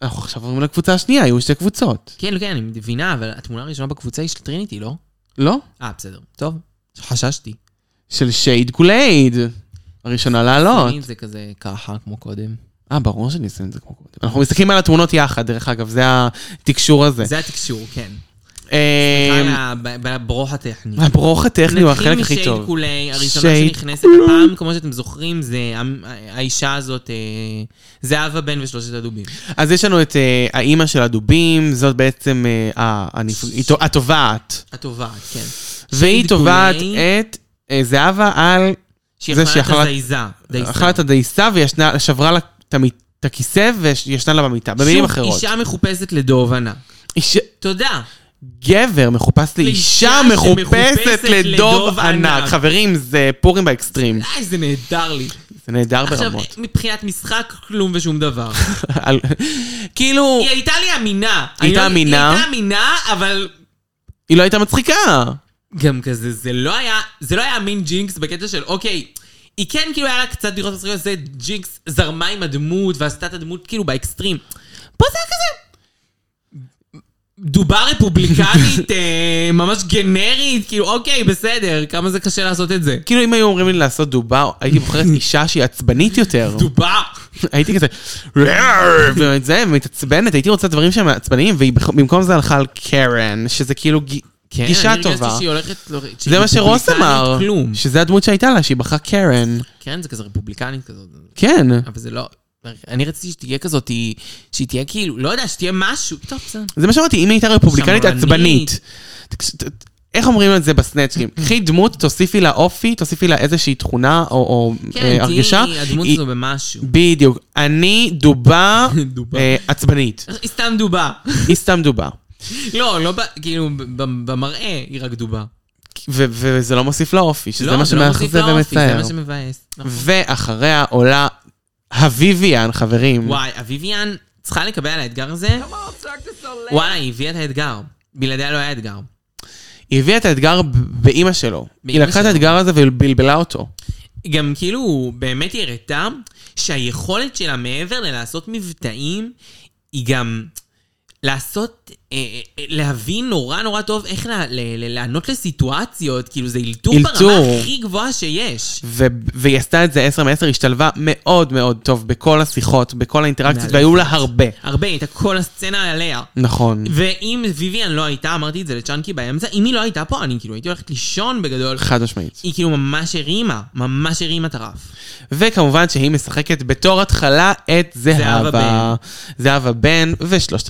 [SPEAKER 3] אנחנו עכשיו עוברים לקבוצה השנייה, היו שתי קבוצות.
[SPEAKER 2] כן, כן, אני מבינה, אבל התמונה הראשונה בקבוצה היא של טריניטי, לא?
[SPEAKER 3] לא?
[SPEAKER 2] אה, בסדר. טוב, חששתי.
[SPEAKER 3] של שייד גולייד. הראשונה לעלות.
[SPEAKER 2] לפעמים זה כזה ככה, כמו קודם.
[SPEAKER 3] אה, ברור שאני אשים את זה כמו קודם. אנחנו מסתכלים על התמונות יחד, דרך אגב, זה התקשור הזה.
[SPEAKER 2] זה התקשור, כן.
[SPEAKER 3] אה,
[SPEAKER 2] על הברוך הטכני.
[SPEAKER 3] הברוך הטכני הוא החלק הכי
[SPEAKER 2] נתחיל משייד
[SPEAKER 3] טוב.
[SPEAKER 2] קולי, הראשונה
[SPEAKER 3] שייד
[SPEAKER 2] שנכנסת הפעם, כמו שאתם זוכרים, זה המ- האישה הזאת, אה, זהבה בן ושלושת הדובים.
[SPEAKER 3] אז יש לנו את אה, האימא של הדובים, זאת בעצם אה, ה- הנפ- היא תו- התובעת.
[SPEAKER 2] התובעת, כן.
[SPEAKER 3] והיא
[SPEAKER 2] שייד
[SPEAKER 3] תובעת
[SPEAKER 2] גולי.
[SPEAKER 3] את אה, זהבה על
[SPEAKER 2] שהיא
[SPEAKER 3] זה
[SPEAKER 2] אכלה
[SPEAKER 3] שאכלה-
[SPEAKER 2] את הזייזה. דייסה.
[SPEAKER 3] אכלת הדייסה ושברה לה את המי- את הכיסא וישנה לה במיטה, במילים
[SPEAKER 2] שוב,
[SPEAKER 3] אחרות.
[SPEAKER 2] אישה מחופשת לדובנה.
[SPEAKER 3] אישה-
[SPEAKER 2] תודה.
[SPEAKER 3] גבר מחופש לאישה
[SPEAKER 2] לאישה
[SPEAKER 3] מחופשת
[SPEAKER 2] שמחופשת
[SPEAKER 3] לדוב
[SPEAKER 2] לדוב
[SPEAKER 3] ענק.
[SPEAKER 2] ענק.
[SPEAKER 3] חברים, זה פורים באקסטרים.
[SPEAKER 2] איי, זה נהדר לי.
[SPEAKER 3] זה נהדר
[SPEAKER 2] עכשיו,
[SPEAKER 3] ברמות.
[SPEAKER 2] מבחינת משחק, כלום ושום דבר.
[SPEAKER 3] על- כאילו,
[SPEAKER 2] היא הייתה לי אמינה.
[SPEAKER 3] היא הייתה
[SPEAKER 2] אני לא-
[SPEAKER 3] אמינה?
[SPEAKER 2] היא הייתה אמינה, אבל
[SPEAKER 3] היא לא הייתה מצחיקה.
[SPEAKER 2] גם כזה, זה לא היה, זה לא היה מין ג'ינקס בקטע של, אוקיי, היא כן כאילו היה לה קצת דירות מסריעות, זה ג'ינקס זרמה עם הדמות ועשתה את הדמות כאילו באקסטרים. פה זה היה כזה... דובה רפובליקנית, אה, ממש גנרית, כאילו, אוקיי, בסדר, כמה זה קשה לעשות את זה.
[SPEAKER 3] כאילו, אם היו אומרים לי לעשות דובה, הייתי בוחרת אישה שהיא עצבנית יותר.
[SPEAKER 2] דובה!
[SPEAKER 3] הייתי כזה, ואת זה, מתעצבנת, הייתי רוצה דברים שהם עצבניים, והיא בכ- במקום זה הלכה על קרן, שזה כאילו ג- גישה
[SPEAKER 2] כן, אני
[SPEAKER 3] טובה.
[SPEAKER 2] הרגשתי שהיא הולכת... לא- שהיא
[SPEAKER 3] זה מה שרוס אמר,
[SPEAKER 2] רפובליקנית כלום.
[SPEAKER 3] שזה הדמות שהייתה לה, שהיא בחרה קרן.
[SPEAKER 2] כן, זה כזה רפובליקנית כזאת.
[SPEAKER 3] כן.
[SPEAKER 2] אבל זה לא... אני רציתי שתהיה כזאת, שהיא תהיה כאילו, לא יודע, שתהיה משהו. טוב, בסדר.
[SPEAKER 3] זה מה שאמרתי, אם היא הייתה רפובליקנית
[SPEAKER 2] שמרנית.
[SPEAKER 3] עצבנית. תקש- ת- ת- איך אומרים את זה בסנאצ'ים? קחי דמות, תוסיפי לה אופי, תוסיפי לה איזושהי תכונה או- או אה,
[SPEAKER 2] כן,
[SPEAKER 3] הרגשה.
[SPEAKER 2] תהיי הדמות
[SPEAKER 3] היא-
[SPEAKER 2] הזו במשהו.
[SPEAKER 3] בדיוק. אני דובה
[SPEAKER 2] דובה.
[SPEAKER 3] אה, עצבנית.
[SPEAKER 2] היא סתם דובה.
[SPEAKER 3] היא סתם דובה.
[SPEAKER 2] לא, לא, ב- כאילו, ב- ב- במראה היא רק דובה.
[SPEAKER 3] ו- וזה לא מוסיף לה אופי, שזה
[SPEAKER 2] לא,
[SPEAKER 3] מה
[SPEAKER 2] זה לא מוסיף
[SPEAKER 3] שמאכזב
[SPEAKER 2] לה אופי, זה
[SPEAKER 3] ומצער.
[SPEAKER 2] מה שמבאס. נכון.
[SPEAKER 3] ואחריה עולה הוויביאן, חברים.
[SPEAKER 2] וואי, אביביאן צריכה לקבל על האתגר הזה. וואלה, היא הביאה את האתגר. בלעדיה לא היה אתגר.
[SPEAKER 3] היא הביאה את האתגר ב- באימא שלו. היא
[SPEAKER 2] באמא
[SPEAKER 3] לקחה את
[SPEAKER 2] שלו.
[SPEAKER 3] האתגר הזה ובלבלה אותו.
[SPEAKER 2] גם כאילו, באמת היא הראתה שהיכולת שלה מעבר ללעשות מבטאים, היא גם לעשות, אה, אה, להבין נורא נורא טוב איך לה, ל- ל- לענות לסיטואציות, כאילו זה אלתור,
[SPEAKER 3] אלתור.
[SPEAKER 2] ברמה הכי גבוהה שיש.
[SPEAKER 3] ו- והיא עשתה את זה 10 מ-10, השתלבה מאוד מאוד טוב בכל השיחות, בכל האינטראקציות,
[SPEAKER 2] מאלפת.
[SPEAKER 3] והיו לה הרבה.
[SPEAKER 2] הרבה, הייתה כל הסצנה עליה.
[SPEAKER 3] נכון.
[SPEAKER 2] ואם ויויאן לא הייתה, אמרתי את זה לצ'אנקי באמצע, אם היא לא הייתה פה, אני כאילו הייתי הולכת לישון בגדול.
[SPEAKER 3] חד משמעית.
[SPEAKER 2] היא כאילו ממש הרימה, ממש הרימה את הרף.
[SPEAKER 3] וכמובן שהיא משחקת בתור התחלה את
[SPEAKER 2] זהבה
[SPEAKER 3] זהבה. זהבה בן ושלושת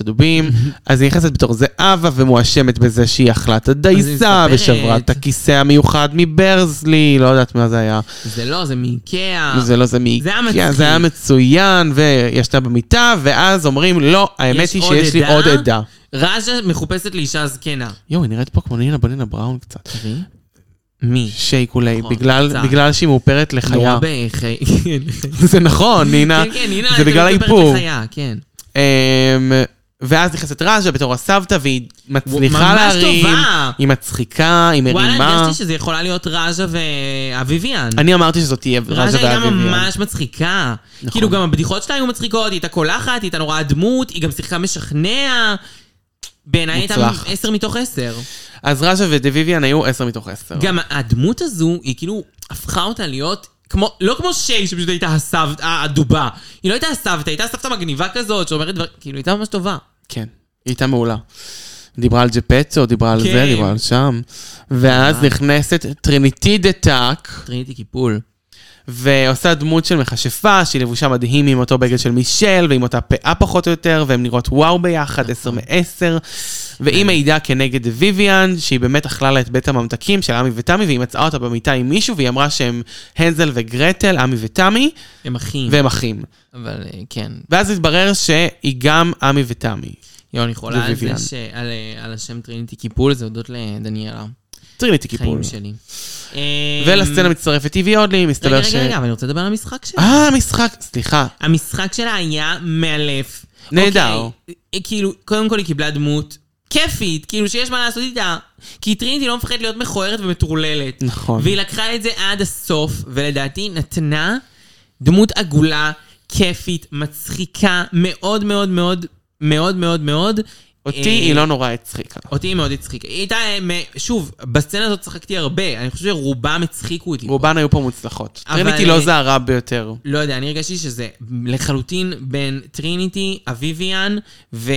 [SPEAKER 3] הדובים. אז היא נכנסת בתור זהבה ומואשמת בזה שהיא אכלה את הדייסה
[SPEAKER 2] מספרת.
[SPEAKER 3] ושברה את הכיסא המיוחד מברזלי, לא יודעת מה זה היה.
[SPEAKER 2] זה לא, זה מאיקאה.
[SPEAKER 3] זה לא זה מי...
[SPEAKER 2] זה היה
[SPEAKER 3] כן,
[SPEAKER 2] מצחיק.
[SPEAKER 3] זה היה מצוין, וישנה במיטה, ואז אומרים, לא, האמת היא
[SPEAKER 2] עוד
[SPEAKER 3] שיש לי
[SPEAKER 2] עדה?
[SPEAKER 3] עוד עדה.
[SPEAKER 2] רג'ה מחופשת לאישה זקנה.
[SPEAKER 3] יואו, היא נראית פה כמו נינה בנינה בראון קצת.
[SPEAKER 2] מי?
[SPEAKER 3] שייקולי,
[SPEAKER 2] נכון,
[SPEAKER 3] בגלל,
[SPEAKER 2] קצת.
[SPEAKER 3] בגלל שהיא מאופרת לחיה.
[SPEAKER 2] נורא בחי... כן,
[SPEAKER 3] זה נכון, נינה.
[SPEAKER 2] כן, כן, הנה,
[SPEAKER 3] זה
[SPEAKER 2] הייתה
[SPEAKER 3] בגלל
[SPEAKER 2] מתאפרת
[SPEAKER 3] האיפור.
[SPEAKER 2] לחיה, כן.
[SPEAKER 3] אמ, ואז נכנסת רג'ה בתור הסבתא, והיא מצליחה
[SPEAKER 2] ממש
[SPEAKER 3] להרים.
[SPEAKER 2] טובה.
[SPEAKER 3] היא מצחיקה, היא
[SPEAKER 2] וואלה,
[SPEAKER 3] מרימה.
[SPEAKER 2] הרגשתי שזה יכולה להיות רג'ה ואביביאן.
[SPEAKER 3] אני אמרתי שזאת תהיה רג'ה
[SPEAKER 2] רג'ה הייתה
[SPEAKER 3] ואביביה.
[SPEAKER 2] ממש מצחיקה.
[SPEAKER 3] נכון.
[SPEAKER 2] כאילו, גם הבדיחות שלה היו מצחיקות, היא הייתה קולחת, היא הייתה נורא דמות, היא גם שיחקה משכנע. בעיניי הייתה
[SPEAKER 3] מוצלח.
[SPEAKER 2] עשר מתוך עשר.
[SPEAKER 3] אז רג'ה ודוויביאן היו עשר מתוך עשר.
[SPEAKER 2] גם הדמות הזו, היא כאילו הפכה אותה להיות... כמו, לא כמו שיי, שפשוט הייתה הסבת, אה, הדובה. היא לא הייתה הסבתא, הייתה סבתא מגניבה כזאת, שאומרת דברים, כאילו, הייתה ממש טובה.
[SPEAKER 3] כן, היא הייתה מעולה. דיברה על ג'פצו, דיברה על זה,
[SPEAKER 2] כן. אה.
[SPEAKER 3] דיברה על שם. ואז נכנסת טריניטי דה טאק,
[SPEAKER 2] טריניטי קיפול.
[SPEAKER 3] ועושה דמות של מכשפה, שהיא לבושה מדהים
[SPEAKER 2] נכון.
[SPEAKER 3] עם אותו בגד של מישל, ועם אותה פאה פחות או יותר, והן נראות וואו ביחד, עשר מעשר.
[SPEAKER 2] כן.
[SPEAKER 3] והיא מעידה כנגד ויויאן, שהיא באמת אכלה לה את בית הממתקים של עמי ותמי, והיא מצאה אותה במיטה עם מישהו, והיא אמרה שהם הנזל וגרטל, עמי ותמי,
[SPEAKER 2] הם אחים.
[SPEAKER 3] והם אחים.
[SPEAKER 2] אבל אה, כן,
[SPEAKER 3] ואז התברר שהיא גם עמי ותמי.
[SPEAKER 2] יוני חולה על זה
[SPEAKER 3] וויויאן.
[SPEAKER 2] ש... על, אה, על השם טריניטי קיפול, זה הודות לדניאלה.
[SPEAKER 3] טריניטי קיפול.
[SPEAKER 2] חיים שלי.
[SPEAKER 3] ולסצנה
[SPEAKER 2] אה,
[SPEAKER 3] מצטרפת איבי אודלי,
[SPEAKER 2] רגע,
[SPEAKER 3] מסתבר ש...
[SPEAKER 2] רגע, רגע, אבל אני רוצה לדבר על המשחק שלה.
[SPEAKER 3] אה, המשחק, סליחה.
[SPEAKER 2] המשחק שלה היה מאלף.
[SPEAKER 3] נהדר.
[SPEAKER 2] אוקיי, אה, כאילו, קודם כל היא קיבלה דמות כיפית, כאילו שיש מה לעשות איתה. כי טריניטי לא מפחדת להיות מכוערת ומטורללת.
[SPEAKER 3] נכון.
[SPEAKER 2] והיא לקחה את זה עד הסוף, ולדעתי נתנה דמות עגולה, כיפית, מצחיקה, מאוד מאוד מאוד מאוד מאוד מאוד. אה,
[SPEAKER 3] אותי היא לא נורא הצחיקה.
[SPEAKER 2] אותי היא מאוד הצחיקה. היא הייתה, אה, מ- שוב, בסצנה הזאת צחקתי הרבה, אני חושב שרובם הצחיקו אותי.
[SPEAKER 3] רובן היו פה מוצלחות.
[SPEAKER 2] אבל-
[SPEAKER 3] טריניטי לא זה הרע ביותר.
[SPEAKER 2] לא יודע, אני הרגשתי שזה לחלוטין בין טריניטי, אביביאן ו...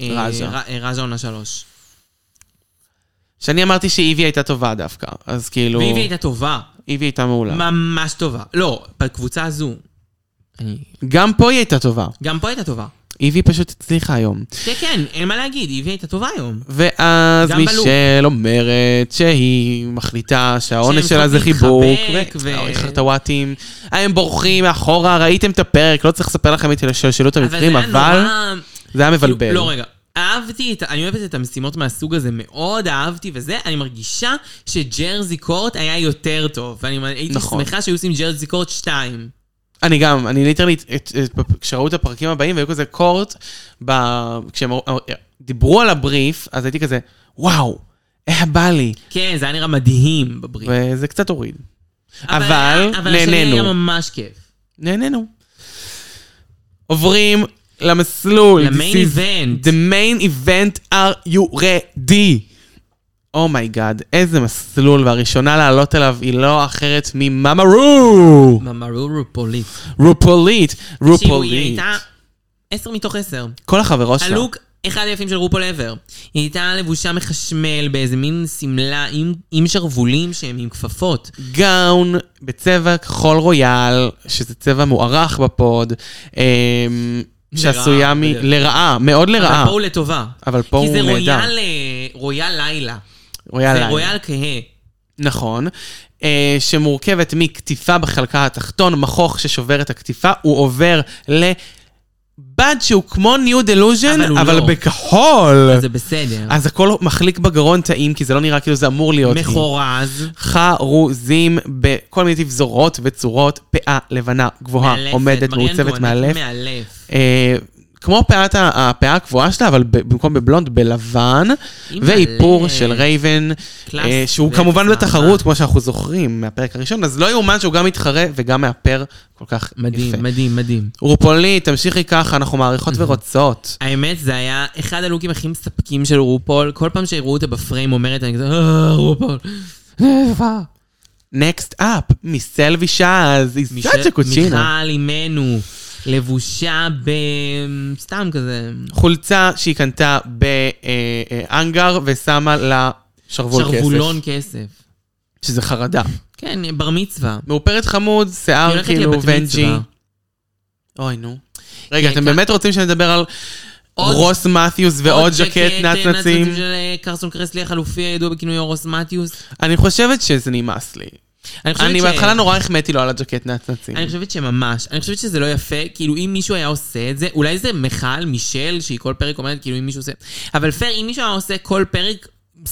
[SPEAKER 2] אה,
[SPEAKER 3] רז'ה.
[SPEAKER 2] ר- אה, רז'ה עונה שלוש.
[SPEAKER 3] שאני אמרתי שאיבי הייתה טובה דווקא, אז כאילו...
[SPEAKER 2] ואיבי הייתה טובה,
[SPEAKER 3] איבי הייתה מעולה.
[SPEAKER 2] ממש טובה. לא, בקבוצה הזו. אני...
[SPEAKER 3] גם פה היא הייתה טובה.
[SPEAKER 2] גם פה הייתה טובה.
[SPEAKER 3] איבי פשוט הצליחה היום.
[SPEAKER 2] כן, כן, אין מה להגיד, איבי הייתה טובה היום.
[SPEAKER 3] ואז
[SPEAKER 2] גם
[SPEAKER 3] מישל אומרת שהיא מחליטה שהעונש
[SPEAKER 2] שהם
[SPEAKER 3] שלה זה
[SPEAKER 2] צריכים
[SPEAKER 3] חיבוק.
[SPEAKER 2] להתחבק ו-
[SPEAKER 3] חטוואטים. הם בורחים מאחורה, ראיתם את הפרק, לא צריך לספר לכם את שלשלו את המקרים,
[SPEAKER 2] זה היה
[SPEAKER 3] אבל
[SPEAKER 2] נורא-
[SPEAKER 3] זה היה
[SPEAKER 2] כאילו,
[SPEAKER 3] מבלבל.
[SPEAKER 2] לא, רגע. אהבתי, את, אני אוהבת את המשימות מהסוג הזה מאוד, אהבתי וזה, אני מרגישה שג'רזי קורט היה יותר טוב, ואני הייתי
[SPEAKER 3] נכון.
[SPEAKER 2] שמחה שהיו עושים ג'רזי קורט 2.
[SPEAKER 3] אני גם, אני ליטרלי, את- את- בפ- כשראו את הפרקים הבאים, והיו כזה קורט, ב- כשהם אה, דיברו על הבריף, אז הייתי כזה, וואו, איך בא לי.
[SPEAKER 2] כן, זה היה נראה מדהים בברית.
[SPEAKER 3] וזה קצת הוריד. אבל
[SPEAKER 2] השני היה
[SPEAKER 3] נהנינו.
[SPEAKER 2] ממש כיף.
[SPEAKER 3] נהנינו. עוברים למסלול.
[SPEAKER 2] למיין
[SPEAKER 3] This is
[SPEAKER 2] event.
[SPEAKER 3] The main event are you ready. אומייגאד, איזה מסלול, והראשונה לעלות עליו היא לא אחרת ממאמה רו!
[SPEAKER 2] ממרורו פוליט.
[SPEAKER 3] רופולית,
[SPEAKER 2] תקשיבו, היא
[SPEAKER 3] רופולית.
[SPEAKER 2] הייתה 10 מתוך 10.
[SPEAKER 3] כל החברות שלה.
[SPEAKER 2] הלוק אחד היפים של רופול ever. היא הייתה לבושה מחשמל באיזה מין שמלה עם- עם שרוולים שהם עם כפפות.
[SPEAKER 3] גאון בצבע כחול רויאל, שזה צבע מוערך בפוד, אמ, שעשויה מ...
[SPEAKER 2] בדרך כלל.
[SPEAKER 3] לרעה, מאוד
[SPEAKER 2] אבל
[SPEAKER 3] לרעה.
[SPEAKER 2] פה הוא לטובה.
[SPEAKER 3] אבל פה
[SPEAKER 2] כי זה
[SPEAKER 3] הוא נהדר.
[SPEAKER 2] רויאל, אה, רויאל לילה.
[SPEAKER 3] רויאל
[SPEAKER 2] זה
[SPEAKER 3] ליין.
[SPEAKER 2] רויאל כהה.
[SPEAKER 3] נכון, אה, שמורכבת מקטיפה בחלקה התחתון, מכוך ששובר את הקטיפה, הוא עובר לבד שהוא כמו ניו דלוז'ן,
[SPEAKER 2] אבל הוא
[SPEAKER 3] אבל
[SPEAKER 2] לא.
[SPEAKER 3] בכחול.
[SPEAKER 2] זה בסדר.
[SPEAKER 3] אז הכל מחליק בגרון טעים, כי זה לא נראה כאילו אה, זה אמור להיות. היא.
[SPEAKER 2] מחורז.
[SPEAKER 3] חרוזים בכל מיני תבזורות וצורות, פאה לבנה גבוהה
[SPEAKER 2] מאלפת,
[SPEAKER 3] אה, עומדת,
[SPEAKER 2] מרי
[SPEAKER 3] מעוצבת
[SPEAKER 2] אנטואנט,
[SPEAKER 3] מאלף.
[SPEAKER 2] מאלף.
[SPEAKER 3] אה, כמו פאת ה- הפאה הקבועה שלה, אבל ב- במקום בבלונד, בלבן,
[SPEAKER 2] היא
[SPEAKER 3] ואיפור
[SPEAKER 2] מלא.
[SPEAKER 3] של רייבן,
[SPEAKER 2] קלאס
[SPEAKER 3] אה, שהוא
[SPEAKER 2] ו-
[SPEAKER 3] כמובן
[SPEAKER 2] וצמרמר.
[SPEAKER 3] בתחרות, כמו שאנחנו זוכרים מהפרק הראשון, אז לא יאומן שהוא גם מתחרה וגם מאפר כל כך יפה.
[SPEAKER 2] מדהים, מדהים, מדהים.
[SPEAKER 3] רופולי, תמשיכי ככה, אנחנו מעריכות ורוצות.
[SPEAKER 2] האמת, זה היה אחד הלוקים הכי מספקים של רופול. כל פעם שיראו אותה בפריים אומרת, אני כזה, אה, רופול.
[SPEAKER 3] נקסט אפ, מיסל וישאז,
[SPEAKER 2] מישל-
[SPEAKER 3] איזת שקוצ'ינה.
[SPEAKER 2] מיכל אימנו, לבושה ב... סתם כזה.
[SPEAKER 3] חולצה שהיא קנתה באנגר ושמה לה שרוול כסף.
[SPEAKER 2] שרוולון כסף.
[SPEAKER 3] שזה חרדה.
[SPEAKER 2] כן, בר מצווה.
[SPEAKER 3] מאופרת חמוד,
[SPEAKER 2] היא
[SPEAKER 3] שיער
[SPEAKER 2] הולכת
[SPEAKER 3] כאילו
[SPEAKER 2] לבת
[SPEAKER 3] ונג'י.
[SPEAKER 2] מצווה.
[SPEAKER 3] אוי, נו. רגע, אתם
[SPEAKER 2] כן,
[SPEAKER 3] באמת רוצים שנדבר על
[SPEAKER 2] עוד-
[SPEAKER 3] רוס מתיוס ועוד ז'קט נצנצים?
[SPEAKER 2] של אה, קרסון קרסלי החלופי הידוע בכינויו רוס מתיוס.
[SPEAKER 3] אני חושבת שזה נמאס לי.
[SPEAKER 2] אני חושבת
[SPEAKER 3] אני
[SPEAKER 2] ש-
[SPEAKER 3] בהתחלה נורא החמאתי לו על הג'קט נצנצים.
[SPEAKER 2] אני חושבת שממש, אני חושבת שזה לא יפה, כאילו אם מישהו היה עושה את זה, אולי זה מיכל, מישל, שהיא כל פרק אומרת כאילו אם מישהו עושה, אבל פייר, אם מישהו היה עושה כל פרק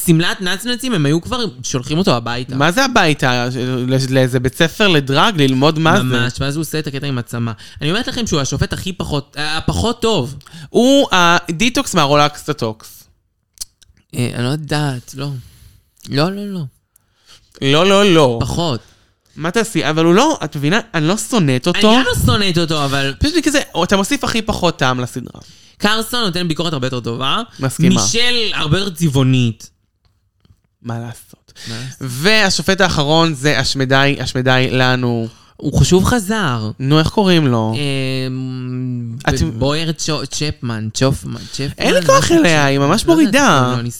[SPEAKER 2] שמלת נצנצים, הם היו כבר שולחים אותו הביתה.
[SPEAKER 3] מה זה הביתה? לא- לאיזה בית ספר לדרג? ללמוד מה זה?
[SPEAKER 2] ממש, ואז הוא עושה את הקטע עם הצמא. אני אומרת לכם שהוא השופט הכי פחות, אה, הפחות טוב.
[SPEAKER 3] הוא הדיטוקס מהרולקסטוטוקס.
[SPEAKER 2] אה, אני לא יודעת, לא. לא, לא, לא.
[SPEAKER 3] לא, לא, לא.
[SPEAKER 2] פחות.
[SPEAKER 3] מה תעשי? אבל הוא לא, את מבינה? אני לא שונאת
[SPEAKER 2] אני
[SPEAKER 3] אותו.
[SPEAKER 2] גם לא שונאת אותו, אבל
[SPEAKER 3] פשוט לי כזה, אתה מוסיף הכי פחות טעם לסדרה.
[SPEAKER 2] קרסון נותן ביקורת הרבה יותר טובה.
[SPEAKER 3] מסכימה.
[SPEAKER 2] מישל הרבה יותר צבעונית.
[SPEAKER 3] מה לעשות? והשופט האחרון זה השמדי, השמדי לנו.
[SPEAKER 2] הוא חשוב חזר.
[SPEAKER 3] נו, איך קוראים לו?
[SPEAKER 2] אמ,
[SPEAKER 3] אוקיי. את-
[SPEAKER 2] ב- בויר צ'ו- צ'פמן, צ'ופמן, צ'פמן.
[SPEAKER 3] אין לי כוח אליה, היא ממש
[SPEAKER 2] לא יודעת,
[SPEAKER 3] מורידה.
[SPEAKER 2] לא, אני-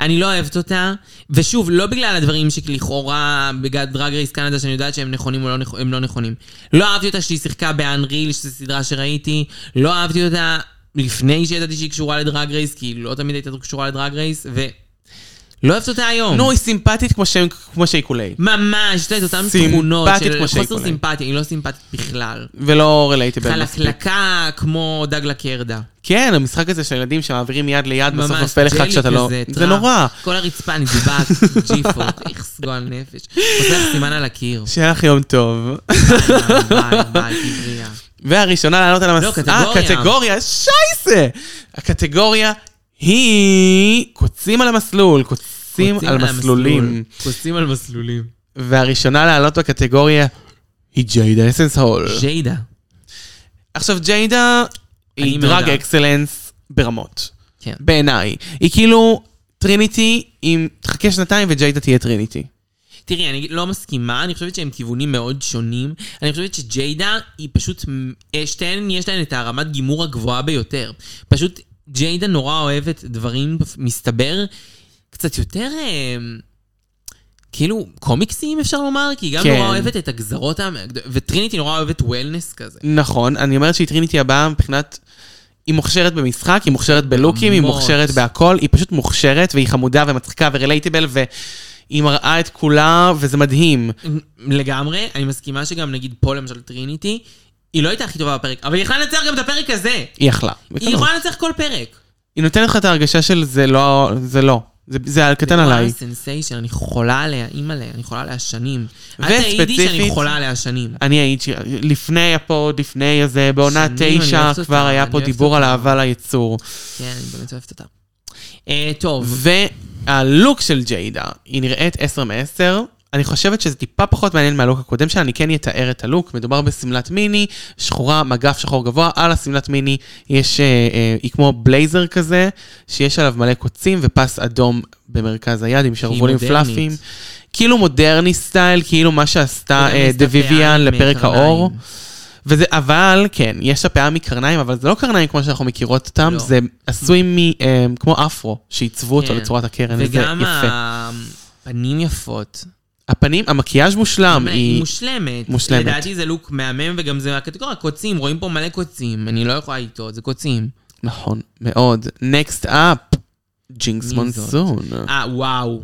[SPEAKER 2] אני לא אוהבת אותה, ושוב, לא בגלל הדברים שלכאורה בגלל דרג רייס קנדה, שאני יודעת שהם נכונים או לא נכ- הם לא נכונים. לא אהבתי אותה שהיא שיחקה באנריל, שזו סדרה שראיתי, לא אהבתי אותה לפני שידעתי שהיא קשורה לדרג רייס, כי היא לא תמיד הייתה קשורה לדרג רייס, ולא לא אוהבת אותה היום.
[SPEAKER 3] נו, היא סימפטית כמו שם- כמו שיקולי.
[SPEAKER 2] ממש, אתה יודע, את אותן
[SPEAKER 3] סימפטית
[SPEAKER 2] תמונות של
[SPEAKER 3] כמו שהיא
[SPEAKER 2] חוסר
[SPEAKER 3] קוראת.
[SPEAKER 2] סימפטיה, היא לא סימפטית בכלל.
[SPEAKER 3] ולא רילייטיבל כן, מספיק.
[SPEAKER 2] חלקלקה כמו דג לקרדה.
[SPEAKER 3] כן, המשחק הזה של ילדים שמעבירים מיד ליד, בסוף
[SPEAKER 2] ממש,
[SPEAKER 3] נופל אחד
[SPEAKER 2] ג'לי
[SPEAKER 3] שאתה לא...
[SPEAKER 2] כזה,
[SPEAKER 3] זה
[SPEAKER 2] טראח.
[SPEAKER 3] נורא.
[SPEAKER 2] כל הרצפה נדבק, ג'יפות, איך סגול נפש. עושה לך סימן על הקיר.
[SPEAKER 3] שיהיה לך יום טוב.
[SPEAKER 2] ביי, ביי, תבריאה.
[SPEAKER 3] והראשונה לעלות על המס...
[SPEAKER 2] לא, קטגוריה.
[SPEAKER 3] אה, קטגוריה, שייסה! הקטגוריה היא קוצים על המסלול, קוצים
[SPEAKER 2] קוצים
[SPEAKER 3] על מסלולים.
[SPEAKER 2] המסלול. קוצים על מסלולים.
[SPEAKER 3] והראשונה לעלות בקטגוריה היא ג'יידה אסנס הול.
[SPEAKER 2] ג'יידה.
[SPEAKER 3] עכשיו, ג'יידה היא
[SPEAKER 2] מאוד
[SPEAKER 3] דרג
[SPEAKER 2] אהבתי.
[SPEAKER 3] אקסלנס ברמות.
[SPEAKER 2] כן.
[SPEAKER 3] בעיניי. היא כאילו טריניטי, אם תחכה שנתיים וג'יידה תהיה טריניטי.
[SPEAKER 2] תראי, אני לא מסכימה, אני חושבת שהם כיוונים מאוד שונים. אני חושבת שג'יידה היא פשוט, אה, שתיהן יש להן את הרמת גימור הגבוהה ביותר. פשוט ג'יידה נורא אוהבת דברים, מסתבר, קצת יותר... אה, כאילו קומיקסיים אפשר לומר, כי היא גם
[SPEAKER 3] כן.
[SPEAKER 2] נורא אוהבת את הגזרות, המאגד- וטריניטי נורא אוהבת וולנס כזה.
[SPEAKER 3] נכון, אני אומרת שהיא טריניטי הבאה מבחינת... היא מוכשרת במשחק, היא מוכשרת בלוקים, היא
[SPEAKER 2] ברמות.
[SPEAKER 3] מוכשרת בהכל, היא פשוט מוכשרת והיא חמודה ומצחיקה ורילייטיבל והיא מראה את כולה וזה מדהים.
[SPEAKER 2] לגמרי, אני מסכימה שגם נגיד פה למשל טריניטי, היא לא הייתה הכי טובה בפרק, אבל היא יכלה לנצח גם את הפרק הזה.
[SPEAKER 3] היא יכלה.
[SPEAKER 2] היא יכולה לנצח כל פרק.
[SPEAKER 3] היא נותנת לך את ההרגשה של זה לא, זה לא. זה, זה על קטן עליי.
[SPEAKER 2] סנסיישן, אני חולה עליה, אימא עליה, אני חולה עליה שנים. את
[SPEAKER 3] וספציפית-
[SPEAKER 2] תעידי שאני חולה עליה שנים.
[SPEAKER 3] אני הייתי, לפני הפוד, לפני הזה, בעונה
[SPEAKER 2] שנים, אני
[SPEAKER 3] תשע,
[SPEAKER 2] אוהבת אותה,
[SPEAKER 3] כבר היה
[SPEAKER 2] אני
[SPEAKER 3] פה
[SPEAKER 2] אוהבת
[SPEAKER 3] דיבור
[SPEAKER 2] אותה.
[SPEAKER 3] על אהבה ליצור.
[SPEAKER 2] כן, אני באמת אוהבת אותה. אה, טוב,
[SPEAKER 3] והלוק של ג'יידה, היא נראית 10 מ-10. אני חושבת שזה טיפה פחות מעניין מהלוק הקודם שלה, אני כן אתאר את הלוק. מדובר בשמלת מיני, שחורה, מגף שחור גבוה, על השמלת מיני יש, אה, אה, היא כמו בלייזר כזה, שיש עליו מלא קוצים ופס אדום במרכז היד עם שרוולים
[SPEAKER 2] מודרנית.
[SPEAKER 3] פלאפים. כאילו מודרני סטייל, כאילו מה שעשתה
[SPEAKER 2] מודרני
[SPEAKER 3] אה,
[SPEAKER 2] סטייל
[SPEAKER 3] דה ויויאן
[SPEAKER 2] פעם,
[SPEAKER 3] לפרק
[SPEAKER 2] קרניים.
[SPEAKER 3] האור. וזה, אבל כן, יש הפאה מקרניים, אבל זה לא קרניים כמו שאנחנו מכירות אותם,
[SPEAKER 2] לא.
[SPEAKER 3] זה עשוי מ... אה, כמו אפרו, שעיצבו אותו
[SPEAKER 2] כן.
[SPEAKER 3] לצורת הקרן, וזה
[SPEAKER 2] וגם
[SPEAKER 3] יפה.
[SPEAKER 2] הפנים יפות.
[SPEAKER 3] הפנים, המקיאז' מושלם,
[SPEAKER 2] היא
[SPEAKER 3] היא...
[SPEAKER 2] מושלמת.
[SPEAKER 3] מושלמת.
[SPEAKER 2] לדעתי זה לוק מהמם, וגם זה הקטגוריה, קוצים, רואים פה מלא קוצים. אני לא יכולה לטעות, זה קוצים.
[SPEAKER 3] נכון, מאוד. נקסט אפ,
[SPEAKER 2] מי
[SPEAKER 3] ג'ינקס
[SPEAKER 2] זאת?
[SPEAKER 3] מונסון.
[SPEAKER 2] אה, וואו.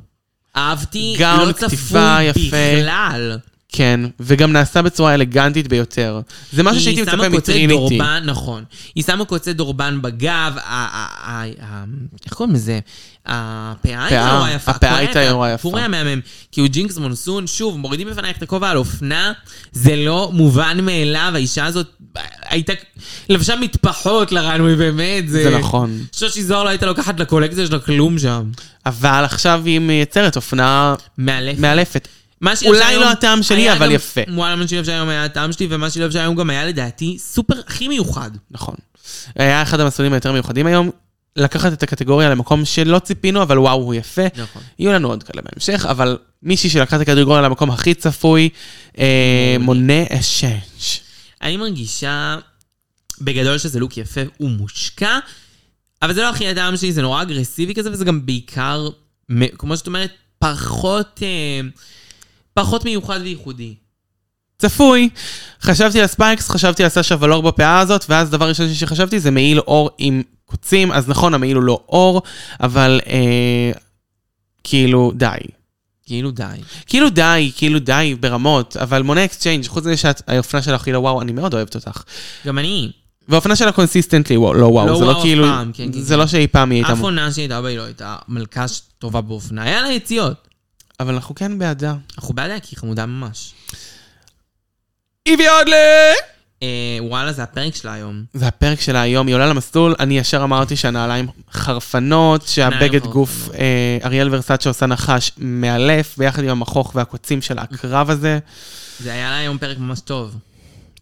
[SPEAKER 2] אהבתי,
[SPEAKER 3] גם
[SPEAKER 2] לא צפוי
[SPEAKER 3] כתיבה יפה.
[SPEAKER 2] בכלל.
[SPEAKER 3] כן, וגם נעשה בצורה אלגנטית ביותר. זה משהו שהייתי
[SPEAKER 2] היא שמה
[SPEAKER 3] מצפה
[SPEAKER 2] קוצי
[SPEAKER 3] מטריניטי.
[SPEAKER 2] דורבן, נכון. היא שמה קוצי דורבן בגב, ה- ה- ה- ה- איך קוראים לזה? הפאה הייתה
[SPEAKER 3] הפאה,
[SPEAKER 2] נורא יפה.
[SPEAKER 3] הפאה
[SPEAKER 2] הכל
[SPEAKER 3] הייתה
[SPEAKER 2] היה-
[SPEAKER 3] נורא יפה.
[SPEAKER 2] הפור היה מהמם. כי הוא ג'ינקס מונסון, שוב, מורידים בפנייך את הכובע על אופנה, זה לא מובן מאליו, האישה הזאת הייתה, לבשה מטפחות לרנוי, באמת.
[SPEAKER 3] זה נכון.
[SPEAKER 2] שושי זוהר לא הייתה לוקחת לקולקציה שלה כלום שם.
[SPEAKER 3] אבל עכשיו היא מייצרת אופנה
[SPEAKER 2] מאלפת.
[SPEAKER 3] מאלפת.
[SPEAKER 2] מה שהיא
[SPEAKER 3] אולי
[SPEAKER 2] לבשה
[SPEAKER 3] לא
[SPEAKER 2] היום
[SPEAKER 3] הטעם שלי,
[SPEAKER 2] היה
[SPEAKER 3] אבל
[SPEAKER 2] גם-
[SPEAKER 3] יפה.
[SPEAKER 2] וואלה, מה שהיא לבשה היום היה הטעם שלי, ומה שהיא לבשה היום גם היה לדעתי סופר הכי מיוחד.
[SPEAKER 3] נכון. היה אחד המסלולים היותר מיוחדים היום, לקחת את הקטגוריה למקום שלא ציפינו, אבל וואו, הוא יפה.
[SPEAKER 2] נכון.
[SPEAKER 3] יהיו לנו עוד כאלה בהמשך, אבל מישהי שלקחה את הקטגוריה למקום הכי צפוי, אה, מונה אשש.
[SPEAKER 2] אני מרגישה בגדול שזה לוק יפה ומושקע, אבל זה לא הכי הטעם שלי, זה נורא אגרסיבי כזה, וזה גם בעיקר, מ- כמו שאת אומרת, פחות, אה, פחות מיוחד וייחודי.
[SPEAKER 3] צפוי. חשבתי על ספייקס, חשבתי על סשה ולור בפאה הזאת, ואז דבר ראשון שחשבתי זה מעיל אור עם קוצים, אז נכון, המעיל הוא לא אור, אבל אה, כאילו, די.
[SPEAKER 2] כאילו די.
[SPEAKER 3] כאילו די, כאילו די, ברמות, אבל מונה אקסצ'יינג', חוץ מזה שהאופנה שלך היא לא וואו, אני מאוד אוהבת אותך.
[SPEAKER 2] גם אני,
[SPEAKER 3] והאופנה שלה קונסיסטנטלי וואו, לא וואו,
[SPEAKER 2] לא
[SPEAKER 3] זה
[SPEAKER 2] וואו
[SPEAKER 3] לא
[SPEAKER 2] אף
[SPEAKER 3] כאילו,
[SPEAKER 2] פעם, כן, כן,
[SPEAKER 3] זה לא שאי פעם היא
[SPEAKER 2] אף
[SPEAKER 3] הייתה,
[SPEAKER 2] עונה שהייתה בה היא לא הייתה מלכה ש- טובה באופנה, היה לה יציאות.
[SPEAKER 3] אבל אנחנו כן בעדה.
[SPEAKER 2] אנחנו בעדיה כי היא חמודה ממש.
[SPEAKER 3] איבי אודלה!
[SPEAKER 2] אה, וואלה, זה הפרק שלה היום.
[SPEAKER 3] זה הפרק שלה היום, היא עולה למסלול, אני ישר אמרתי שהנעליים חרפנות, שהבגד
[SPEAKER 2] נעליים
[SPEAKER 3] גוף, אה, אריאל ורסאצ'ה עושה נחש מאלף, ביחד עם המכוך והקוצים של הקרב הזה.
[SPEAKER 2] זה היה לה היום פרק ממש טוב.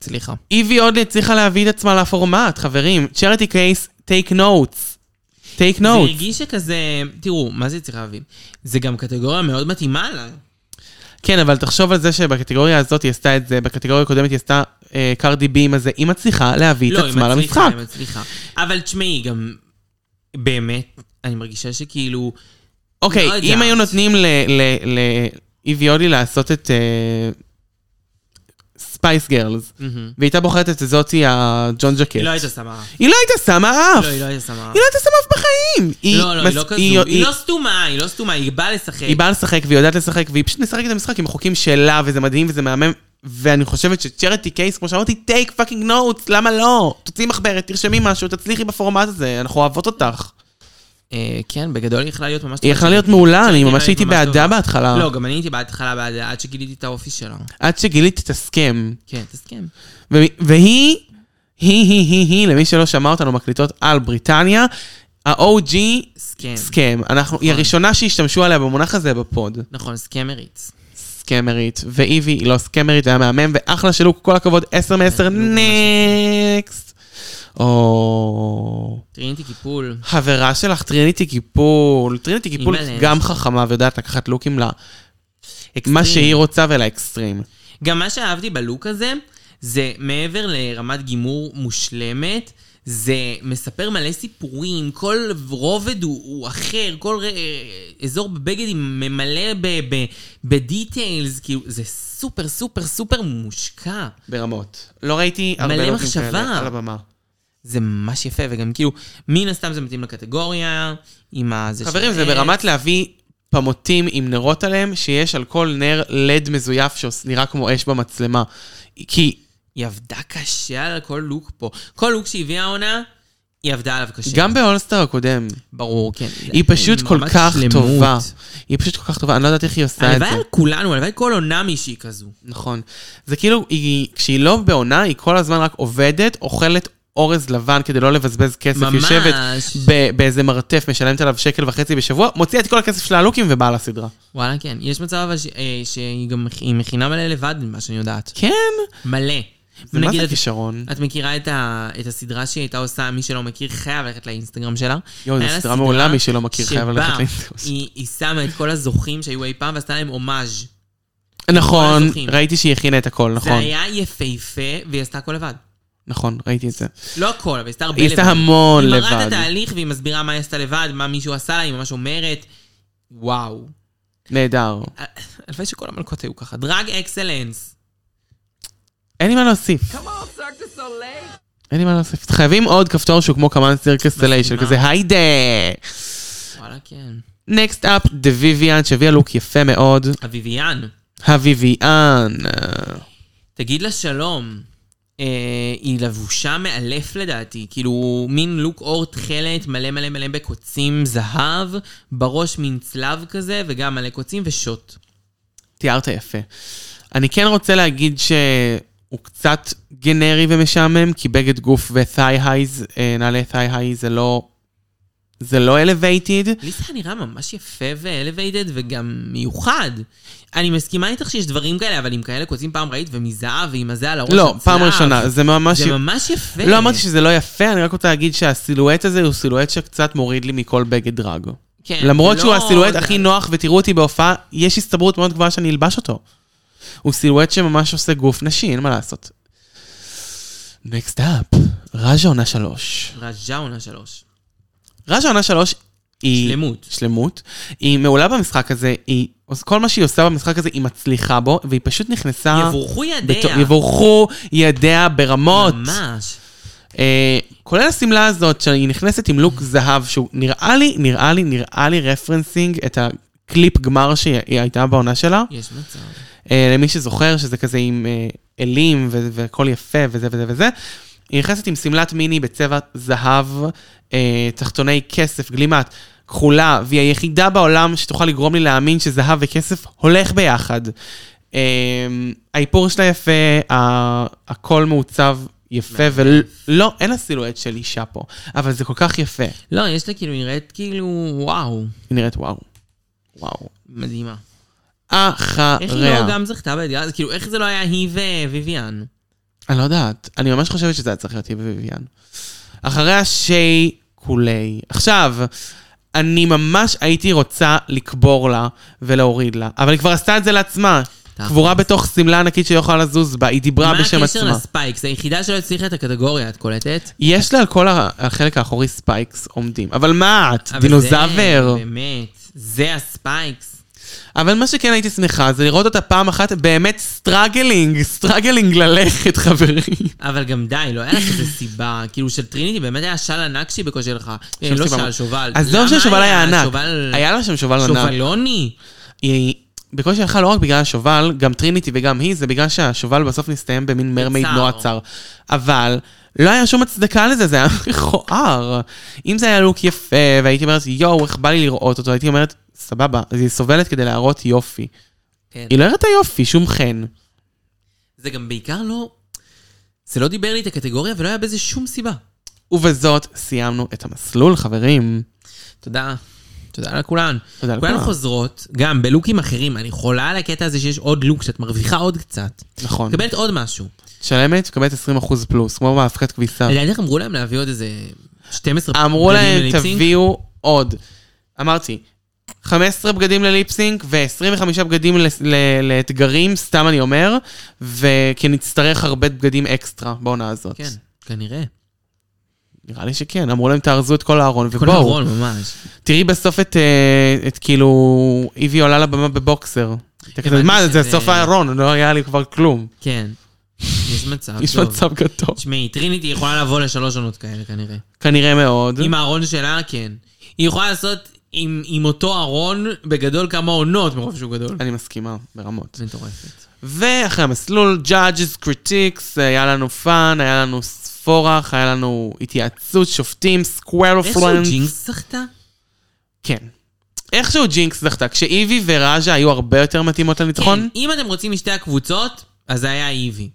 [SPEAKER 2] סליחה.
[SPEAKER 3] איבי אודלה הצליחה להביא את עצמה לפורמט, חברים. צ'רטי קייס, טייק נוטס. טייק
[SPEAKER 2] זה
[SPEAKER 3] נוטס.
[SPEAKER 2] הרגיש שכזה, תראו, מה זה צריך להבין? זה גם קטגוריה מאוד מתאימה לה.
[SPEAKER 3] כן, אבל תחשוב על זה שבקטגוריה הזאת היא עשתה את זה, בקטגוריה הקודמת היא עשתה אה, קרדי בי עם הזה, היא מצליחה להביא את
[SPEAKER 2] לא, היא
[SPEAKER 3] עצמה
[SPEAKER 2] מצליחה,
[SPEAKER 3] למשחק.
[SPEAKER 2] היא מצליחה. אבל תשמעי, גם באמת, אני מרגישה שכאילו...
[SPEAKER 3] אוקיי,
[SPEAKER 2] לא
[SPEAKER 3] אם
[SPEAKER 2] יודעת.
[SPEAKER 3] היו נותנים ל- ל- ל- איביולי לעשות את אה, ספייס גרלס, והיא הייתה בוחרת את זאתי הג'ון ג'קט.
[SPEAKER 2] היא לא הייתה שמה.
[SPEAKER 3] היא לא הייתה שמה אף.
[SPEAKER 2] לא, היא לא הייתה שמה.
[SPEAKER 3] היא לא הייתה שמה אף בחיים.
[SPEAKER 2] לא, לא, היא לא
[SPEAKER 3] מס-
[SPEAKER 2] כזו. היא לא סתומה, היא לא סתומה, היא באה לשחק.
[SPEAKER 3] היא באה לשחק והיא יודעת לשחק, והיא פשוט משחקת את המשחק עם החוקים שלה, וזה מדהים וזה מהמם. ואני חושבת שצ'רטי קייס, כמו שאמרתי, טייק פאקינג נוטס, למה לא? תוציאי מחברת, תרשמי משהו, תצליחי בפורמט הזה, אנחנו אוהבות אותך.
[SPEAKER 2] אה, כן, בגדול היא יכלה להיות ממש...
[SPEAKER 3] היא
[SPEAKER 2] טובה.
[SPEAKER 3] יכלה להיות מעולה, אני
[SPEAKER 2] היא
[SPEAKER 3] ממש הייתי
[SPEAKER 2] ממש
[SPEAKER 3] בעדה
[SPEAKER 2] טובה.
[SPEAKER 3] בהתחלה.
[SPEAKER 2] לא, גם אני הייתי בהתחלה בעדה, עד שגיליתי את האופי שלה.
[SPEAKER 3] עד שגילית את הסכם.
[SPEAKER 2] כן, תסכם.
[SPEAKER 3] ו- והיא, היא, היא, היא, היא, למי שלא שמע אותנו מקליטות על בריטניה, ה-OG
[SPEAKER 2] סכם.
[SPEAKER 3] סכם. אנחנו, היא הראשונה שהשתמשו עליה במונח הזה בפוד.
[SPEAKER 2] נכון, סכמרית.
[SPEAKER 3] סקמרית, ואיבי היא לא סקמרית, היה מהמם, ואחלה שלוק, כל הכבוד, 10
[SPEAKER 2] כן,
[SPEAKER 3] מ-10, נקסט. או...
[SPEAKER 2] טריניטי קיפול.
[SPEAKER 3] חברה שלך, טריניטי קיפול. טריניטי קיפול
[SPEAKER 2] אימא'לה.
[SPEAKER 3] גם חכמה ויודעת לקחת לוקים ל... מה
[SPEAKER 2] אקסטרים.
[SPEAKER 3] שהיא רוצה ולאקסטרים.
[SPEAKER 2] גם מה שאהבתי בלוק הזה, זה מעבר לרמת גימור מושלמת, זה מספר מלא סיפורים, כל רובד הוא, הוא אחר, כל ר... אזור בבגד היא ממלא ב- ב- בדיטיילס, כאילו, זה סופר סופר סופר מושקע.
[SPEAKER 3] ברמות. לא ראיתי הרבה
[SPEAKER 2] מלא
[SPEAKER 3] לוקים
[SPEAKER 2] מחשבה.
[SPEAKER 3] כאלה על הבמה.
[SPEAKER 2] זה ממש יפה, וגם כאילו, מן הסתם זה מתאים לקטגוריה, עם ה... זה
[SPEAKER 3] חברים,
[SPEAKER 2] של
[SPEAKER 3] זה
[SPEAKER 2] העץ.
[SPEAKER 3] ברמת להביא פמוטים עם נרות עליהם, שיש על כל נר לד מזויף שנראה כמו אש במצלמה. כי
[SPEAKER 2] היא עבדה קשה על כל לוק פה. כל לוק שהביאה העונה, היא עבדה עליו קשה.
[SPEAKER 3] גם באולסטר הקודם,
[SPEAKER 2] ברור, כן.
[SPEAKER 3] היא פשוט כל
[SPEAKER 2] רמת
[SPEAKER 3] כך
[SPEAKER 2] שלמות.
[SPEAKER 3] טובה. היא פשוט כל כך טובה, אני לא יודעת איך היא עושה את
[SPEAKER 2] הלוואי
[SPEAKER 3] זה.
[SPEAKER 2] על כולנו, הלוואי כל עונה מישהי כזו.
[SPEAKER 3] נכון. זה כאילו, היא- כשהיא לא בעונה, היא כל הזמן רק עובדת, אוכלת אורז לבן כדי לא לבזבז כסף.
[SPEAKER 2] ממש.
[SPEAKER 3] יושבת ב- באיזה מרתף, משלמת עליו שקל וחצי בשבוע, מוציאה את כל הכסף שלה הלוקים ובאה לסדרה.
[SPEAKER 2] וואלה, כן. יש מצב אבל ש- אה, שהיא גם מכ- היא מכינה מלא לבד, ממה שאני יודעת.
[SPEAKER 3] כן?
[SPEAKER 2] מלא.
[SPEAKER 3] זה מה
[SPEAKER 2] נגיד,
[SPEAKER 3] זה
[SPEAKER 2] את-
[SPEAKER 3] כישרון?
[SPEAKER 2] את מכירה את, ה, את הסדרה שהיא הייתה עושה, מי שלא מכיר חייב ללכת לאינסטגרם שלה.
[SPEAKER 3] יואו, זו
[SPEAKER 2] היה לה
[SPEAKER 3] סדרה מעולה, מי שלא מכיר חייב
[SPEAKER 2] שבה
[SPEAKER 3] ללכת לאינסטגרם שלה.
[SPEAKER 2] היא, היא שמה את כל הזוכים שהיו אי פעם ועשתה להם הומאז'.
[SPEAKER 3] נכון,
[SPEAKER 2] הזוכים.
[SPEAKER 3] ראיתי שהיא הכינה את הכל,
[SPEAKER 2] זה
[SPEAKER 3] נכון.
[SPEAKER 2] היה יפהפה, והיא עשתה הכל לבד.
[SPEAKER 3] נכון, ראיתי את זה.
[SPEAKER 2] לא הכל, אבל היא עשתה הרבה
[SPEAKER 3] היא
[SPEAKER 2] לבד.
[SPEAKER 3] עשתה המון
[SPEAKER 2] היא מראה את
[SPEAKER 3] לבד.
[SPEAKER 2] התהליך והיא מסבירה מה היא עשתה לבד, מה מישהו עשה לה, היא ממש אומרת, וואו.
[SPEAKER 3] נהדר.
[SPEAKER 2] הלוואי שכל המלכות היו ככה. דרג אקסלנס.
[SPEAKER 3] אין לי מה להוסיף. אין לי מה להוסיף. חייבים עוד כפתור שהוא כמו קמאן סירקס סלי של
[SPEAKER 2] מסכימה.
[SPEAKER 3] כזה היידה.
[SPEAKER 2] וואלה, כן.
[SPEAKER 3] נקסט אפ, דה ויויאן, שהביאה לוק יפה מאוד.
[SPEAKER 2] אביביאן,
[SPEAKER 3] הוויביאן.
[SPEAKER 2] תגיד לה שלום. אה, היא לבושה מאלף לדעתי, כאילו מין לוק אור תכלת מלא מלא מלא בקוצים זהב, בראש מין צלב כזה וגם מלא קוצים ושוט.
[SPEAKER 3] תיארת יפה. אני כן רוצה להגיד שהוא קצת גנרי ומשעמם, כי בגד גוף ו-thigh highs, אה, נעלי thigh high זה לא... זה לא elevated.
[SPEAKER 2] ליסה נראה ממש יפה ואלוויידד וגם מיוחד. אני מסכימה איתך שיש דברים כאלה, אבל עם כאלה קוצים פעם ראית ומזהב ועם הזה על הראש
[SPEAKER 3] לא,
[SPEAKER 2] הצלב.
[SPEAKER 3] פעם ראשונה, זה ממש...
[SPEAKER 2] זה ממש יפה.
[SPEAKER 3] לא אמרתי שזה לא יפה, אני רק רוצה להגיד שהסילואט הזה הוא סילואט שקצת מוריד לי מכל בגד דרג.
[SPEAKER 2] כן,
[SPEAKER 3] למרות
[SPEAKER 2] זה
[SPEAKER 3] שהוא
[SPEAKER 2] לא-
[SPEAKER 3] הסילואט
[SPEAKER 2] זה-
[SPEAKER 3] הכי נוח, ותראו אותי בהופעה, יש הסתברות מאוד גבוהה שאני אלבש אותו. הוא סילואט שממש עושה גוף נשי, אין מה לעשות. נקסט אפ, ראז'ה עונה שלוש.
[SPEAKER 2] רג'ה עונה שלוש.
[SPEAKER 3] ראז'ה עונה שלוש היא...
[SPEAKER 2] שלמות.
[SPEAKER 3] שלמות. היא מעולה במשחק הזה, היא... כל מה שהיא עושה במשחק הזה, היא מצליחה בו, והיא פשוט נכנסה...
[SPEAKER 2] יבורכו ידיה.
[SPEAKER 3] בתור- יבורכו ידיה ברמות.
[SPEAKER 2] ממש.
[SPEAKER 3] אה, כולל השמלה הזאת, שהיא נכנסת עם לוק זהב, שהוא נראה לי, נראה לי, נראה לי רפרנסינג את הקליפ גמר שהיא היא הייתה בעונה שלה.
[SPEAKER 2] יש מצב.
[SPEAKER 3] אה, למי שזוכר, שזה כזה עם אה, אלים ו- והכל יפה וזה וזה וזה. היא נכנסת עם שמלת מיני בצבע זהב, אה, תחתוני כסף, גלימת, כחולה, והיא היחידה בעולם שתוכל לגרום לי להאמין שזהב וכסף הולך ביחד. אה, האיפור שלה יפה, ה- הכל מעוצב יפה, ולא, אין לה סילואט של אישה פה, אבל זה כל כך יפה. היא
[SPEAKER 2] לא, יש לה כאילו, היא נראית כאילו, וואו.
[SPEAKER 3] נראית וואו. אה, וואו.
[SPEAKER 2] מדהימה.
[SPEAKER 3] אחריה.
[SPEAKER 2] איך היא לא גם זכתה באתגר? כאילו, איך זה לא היה היא וויביאן?
[SPEAKER 3] אני לא יודעת. אני ממש חושבת שזה היה צריך להיות היא וויביאן. אחריה שי קולי. עכשיו, אני ממש הייתי רוצה לקבור לה ולהוריד לה, אבל היא כבר עשתה את זה לעצמה.
[SPEAKER 2] תכלס.
[SPEAKER 3] קבורה בתוך שמלה ענקית שלא יכולה לזוז בה, היא דיברה בשם
[SPEAKER 2] נכון. מה הקשר
[SPEAKER 3] עצמה.
[SPEAKER 2] לספייקס? היחידה שלא הצליחה את הקטגוריה, את קולטת?
[SPEAKER 3] יש לה על כל ה- החלק האחורי ספייקס עומדים, אבל מה את?
[SPEAKER 2] אבל זה-
[SPEAKER 3] דינוזאבר.
[SPEAKER 2] באמת. זה הספייקס.
[SPEAKER 3] אבל מה שכן הייתי שמחה זה לראות אותה פעם אחת באמת סטראגלינג, סטראגלינג ללכת, חברים.
[SPEAKER 2] אבל גם די, לא היה לך איזה סיבה. כאילו של טריניטי באמת היה של ענק שהיא בקושי לך. אה, לא של שובל.
[SPEAKER 3] עזוב
[SPEAKER 2] למה
[SPEAKER 3] ששובל היה ענק.
[SPEAKER 2] שובל...
[SPEAKER 3] היה לה שם שובל ענק.
[SPEAKER 2] שובלוני.
[SPEAKER 3] היא בקושי הלכה לא רק בגלל השובל, גם טריניטי וגם היא, זה בגלל שהשובל בסוף נסתיים במין מרמייד
[SPEAKER 2] צר.
[SPEAKER 3] נוע צר. אבל לא היה שום הצדקה לזה, זה היה מכוער. אם זה היה לוק יפה, והייתי אומרת, יואו, איך בא לי לראות אותו, הייתי אומרת, סבבה, אז היא סובלת כדי להראות יופי.
[SPEAKER 2] כן.
[SPEAKER 3] היא לא הראתה יופי, שום חן.
[SPEAKER 2] זה גם בעיקר לא... זה לא דיבר לי את הקטגוריה ולא היה בזה שום סיבה.
[SPEAKER 3] ובזאת סיימנו את המסלול, חברים.
[SPEAKER 2] תודה. תודה לכולן.
[SPEAKER 3] תודה
[SPEAKER 2] כולן
[SPEAKER 3] לכולם.
[SPEAKER 2] חוזרות, גם בלוקים אחרים, אני חולה על הקטע הזה שיש עוד לוק, שאת מרוויחה עוד קצת.
[SPEAKER 3] נכון.
[SPEAKER 2] מקבלת עוד משהו.
[SPEAKER 3] שלמת, מקבלת 20% פלוס, כמו בהפקת כביסה.
[SPEAKER 2] לדעתי איך אמרו להם להביא עוד איזה 12
[SPEAKER 3] אה, אמרו
[SPEAKER 2] בגדים
[SPEAKER 3] להם,
[SPEAKER 2] לליפסינג?
[SPEAKER 3] תביאו עוד. אמרתי, 15 בגדים לליפסינק ו-25 בגדים ל- ל- לאתגרים, סתם אני אומר, וכי נצטרך הרבה בגדים אקסטרה בעונה הזאת.
[SPEAKER 2] כן, כנראה.
[SPEAKER 3] נראה לי שכן, אמרו להם, תארזו את כל הארון,
[SPEAKER 2] כל
[SPEAKER 3] ובואו.
[SPEAKER 2] הרול ממש.
[SPEAKER 3] תראי בסוף את, אה, את כאילו, איבי עולה לבמה בבוקסר. אתה כזה,
[SPEAKER 2] הבנתי
[SPEAKER 3] מה, זה
[SPEAKER 2] שזה-
[SPEAKER 3] סוף הארון, לא היה לי כבר כלום.
[SPEAKER 2] כן. יש מצב
[SPEAKER 3] יש
[SPEAKER 2] טוב.
[SPEAKER 3] מצב גדול.
[SPEAKER 2] תשמעי, טריניטי יכולה לבוא לשלוש עונות כאלה כנראה.
[SPEAKER 3] כנראה מאוד.
[SPEAKER 2] עם הארון שלה, כן. היא יכולה לעשות עם עם אותו ארון בגדול כמה עונות מרוב שהוא גדול.
[SPEAKER 3] אני מסכימה, ברמות.
[SPEAKER 2] מטורפת.
[SPEAKER 3] ואחרי המסלול, judges, critics, אה, היה לנו פאן, היה לנו פורח, היה לנו התייעצות, שופטים, square of
[SPEAKER 2] איכשהו
[SPEAKER 3] friends.
[SPEAKER 2] ג'ינקס זכתה?
[SPEAKER 3] כן. איכשהו ג'ינקס זכתה, כשאיבי וראז'ה היו הרבה יותר מתאימות
[SPEAKER 2] כן.
[SPEAKER 3] לניצחון.
[SPEAKER 2] אם אתם רוצים משתי הקבוצות, אז זה היה איבי.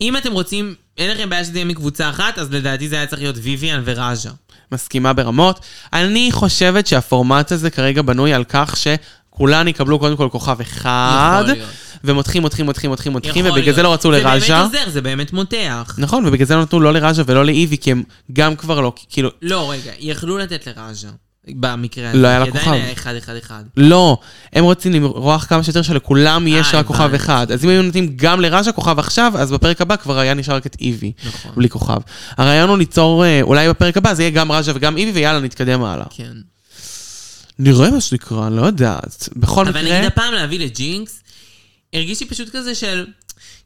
[SPEAKER 2] אם אתם רוצים, אין לכם בעיה שזה יהיה מקבוצה אחת, אז לדעתי זה היה צריך להיות ויויאן וראז'ה.
[SPEAKER 3] מסכימה ברמות. אני חושבת שהפורמט הזה כרגע בנוי על כך שכולן יקבלו קודם כל כוכב אחד,
[SPEAKER 2] יכול להיות.
[SPEAKER 3] ומותחים, מותחים, מותחים, מותחים,
[SPEAKER 2] יכול
[SPEAKER 3] ובגלל זה
[SPEAKER 2] להיות.
[SPEAKER 3] לא רצו
[SPEAKER 2] זה באמת
[SPEAKER 3] לראז'ה.
[SPEAKER 2] עוזר, זה באמת מותח.
[SPEAKER 3] נכון, ובגלל זה לא נתנו לא לראז'ה ולא לאיבי, כי הם גם כבר לא, כאילו,
[SPEAKER 2] לא, רגע, יכלו לתת לראז'ה. במקרה הזה.
[SPEAKER 3] לא היה לה
[SPEAKER 2] כי
[SPEAKER 3] כוכב.
[SPEAKER 2] עדיין היה אחד, אחד, אחד.
[SPEAKER 3] לא, הם רוצים למרוח כמה שיותר שלכולם יש
[SPEAKER 2] אה,
[SPEAKER 3] רק כוכב
[SPEAKER 2] הבנתי.
[SPEAKER 3] אחד. אז אם היו נותנים גם לראז'ה כוכב עכשיו, אז בפרק הבא כבר היה נשאר רק את איבי.
[SPEAKER 2] נכון.
[SPEAKER 3] בלי כוכב. הרעיון הוא ליצור, אה, אולי בפרק הבא זה יהיה גם ראז'ה וגם איבי, ויאללה, נתקדם הלאה.
[SPEAKER 2] כן.
[SPEAKER 3] נראה מה שנקרא, לא יודעת. בכל
[SPEAKER 2] אבל
[SPEAKER 3] מקרה,
[SPEAKER 2] נגיד הפעם להביא לג'ינקס, הרגיש לי פשוט כזה של...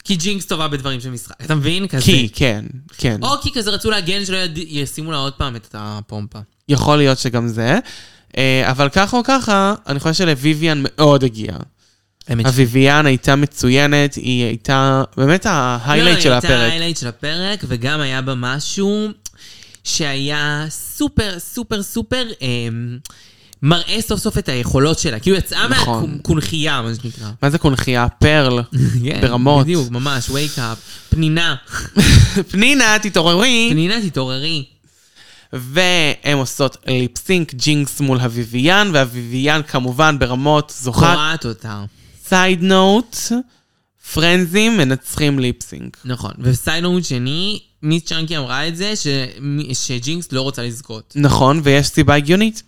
[SPEAKER 2] כי ג'ינקס טובה בדברים של משחק. אתה מבין? כזה.
[SPEAKER 3] כי, כן, כן.
[SPEAKER 2] או כי כזה רצו להגן שלא יד- ישימו לה עוד פעם את הפומפה.
[SPEAKER 3] יכול להיות שגם זה. אה, אבל ככה או ככה, אני חושב שלוויביאן מאוד הגיעה.
[SPEAKER 2] האמת
[SPEAKER 3] הוויביאן הייתה מצוינת, היא הייתה באמת ההיילייט של
[SPEAKER 2] לא, הייתה
[SPEAKER 3] הפרק.
[SPEAKER 2] ההיילייט של הפרק, וגם היה בה משהו שהיה סופר, סופר, סופר אמ, מראה סוף סוף את היכולות שלה. כאילו יצאה
[SPEAKER 3] נכון.
[SPEAKER 2] מהקונכייה, מה שנקרא.
[SPEAKER 3] מה זה קונכייה? פרל.
[SPEAKER 2] כן,
[SPEAKER 3] ברמות.
[SPEAKER 2] בדיוק, ממש, wake up. פנינה.
[SPEAKER 3] פנינה, תתעוררי.
[SPEAKER 2] פנינה, תתעוררי.
[SPEAKER 3] והן עושות ליפסינק ג'ינקס מול הוויביאן, והוויביאן כמובן ברמות זוכה.
[SPEAKER 2] קורעת אותה.
[SPEAKER 3] סייד נוט, פרנזים מנצחים ליפסינק.
[SPEAKER 2] נכון. וסיידנוט שני, מיס צ'אנקי אמרה את זה, ש- שג'ינקס לא רוצה לזכות.
[SPEAKER 3] נכון, ויש סיבה הגיונית.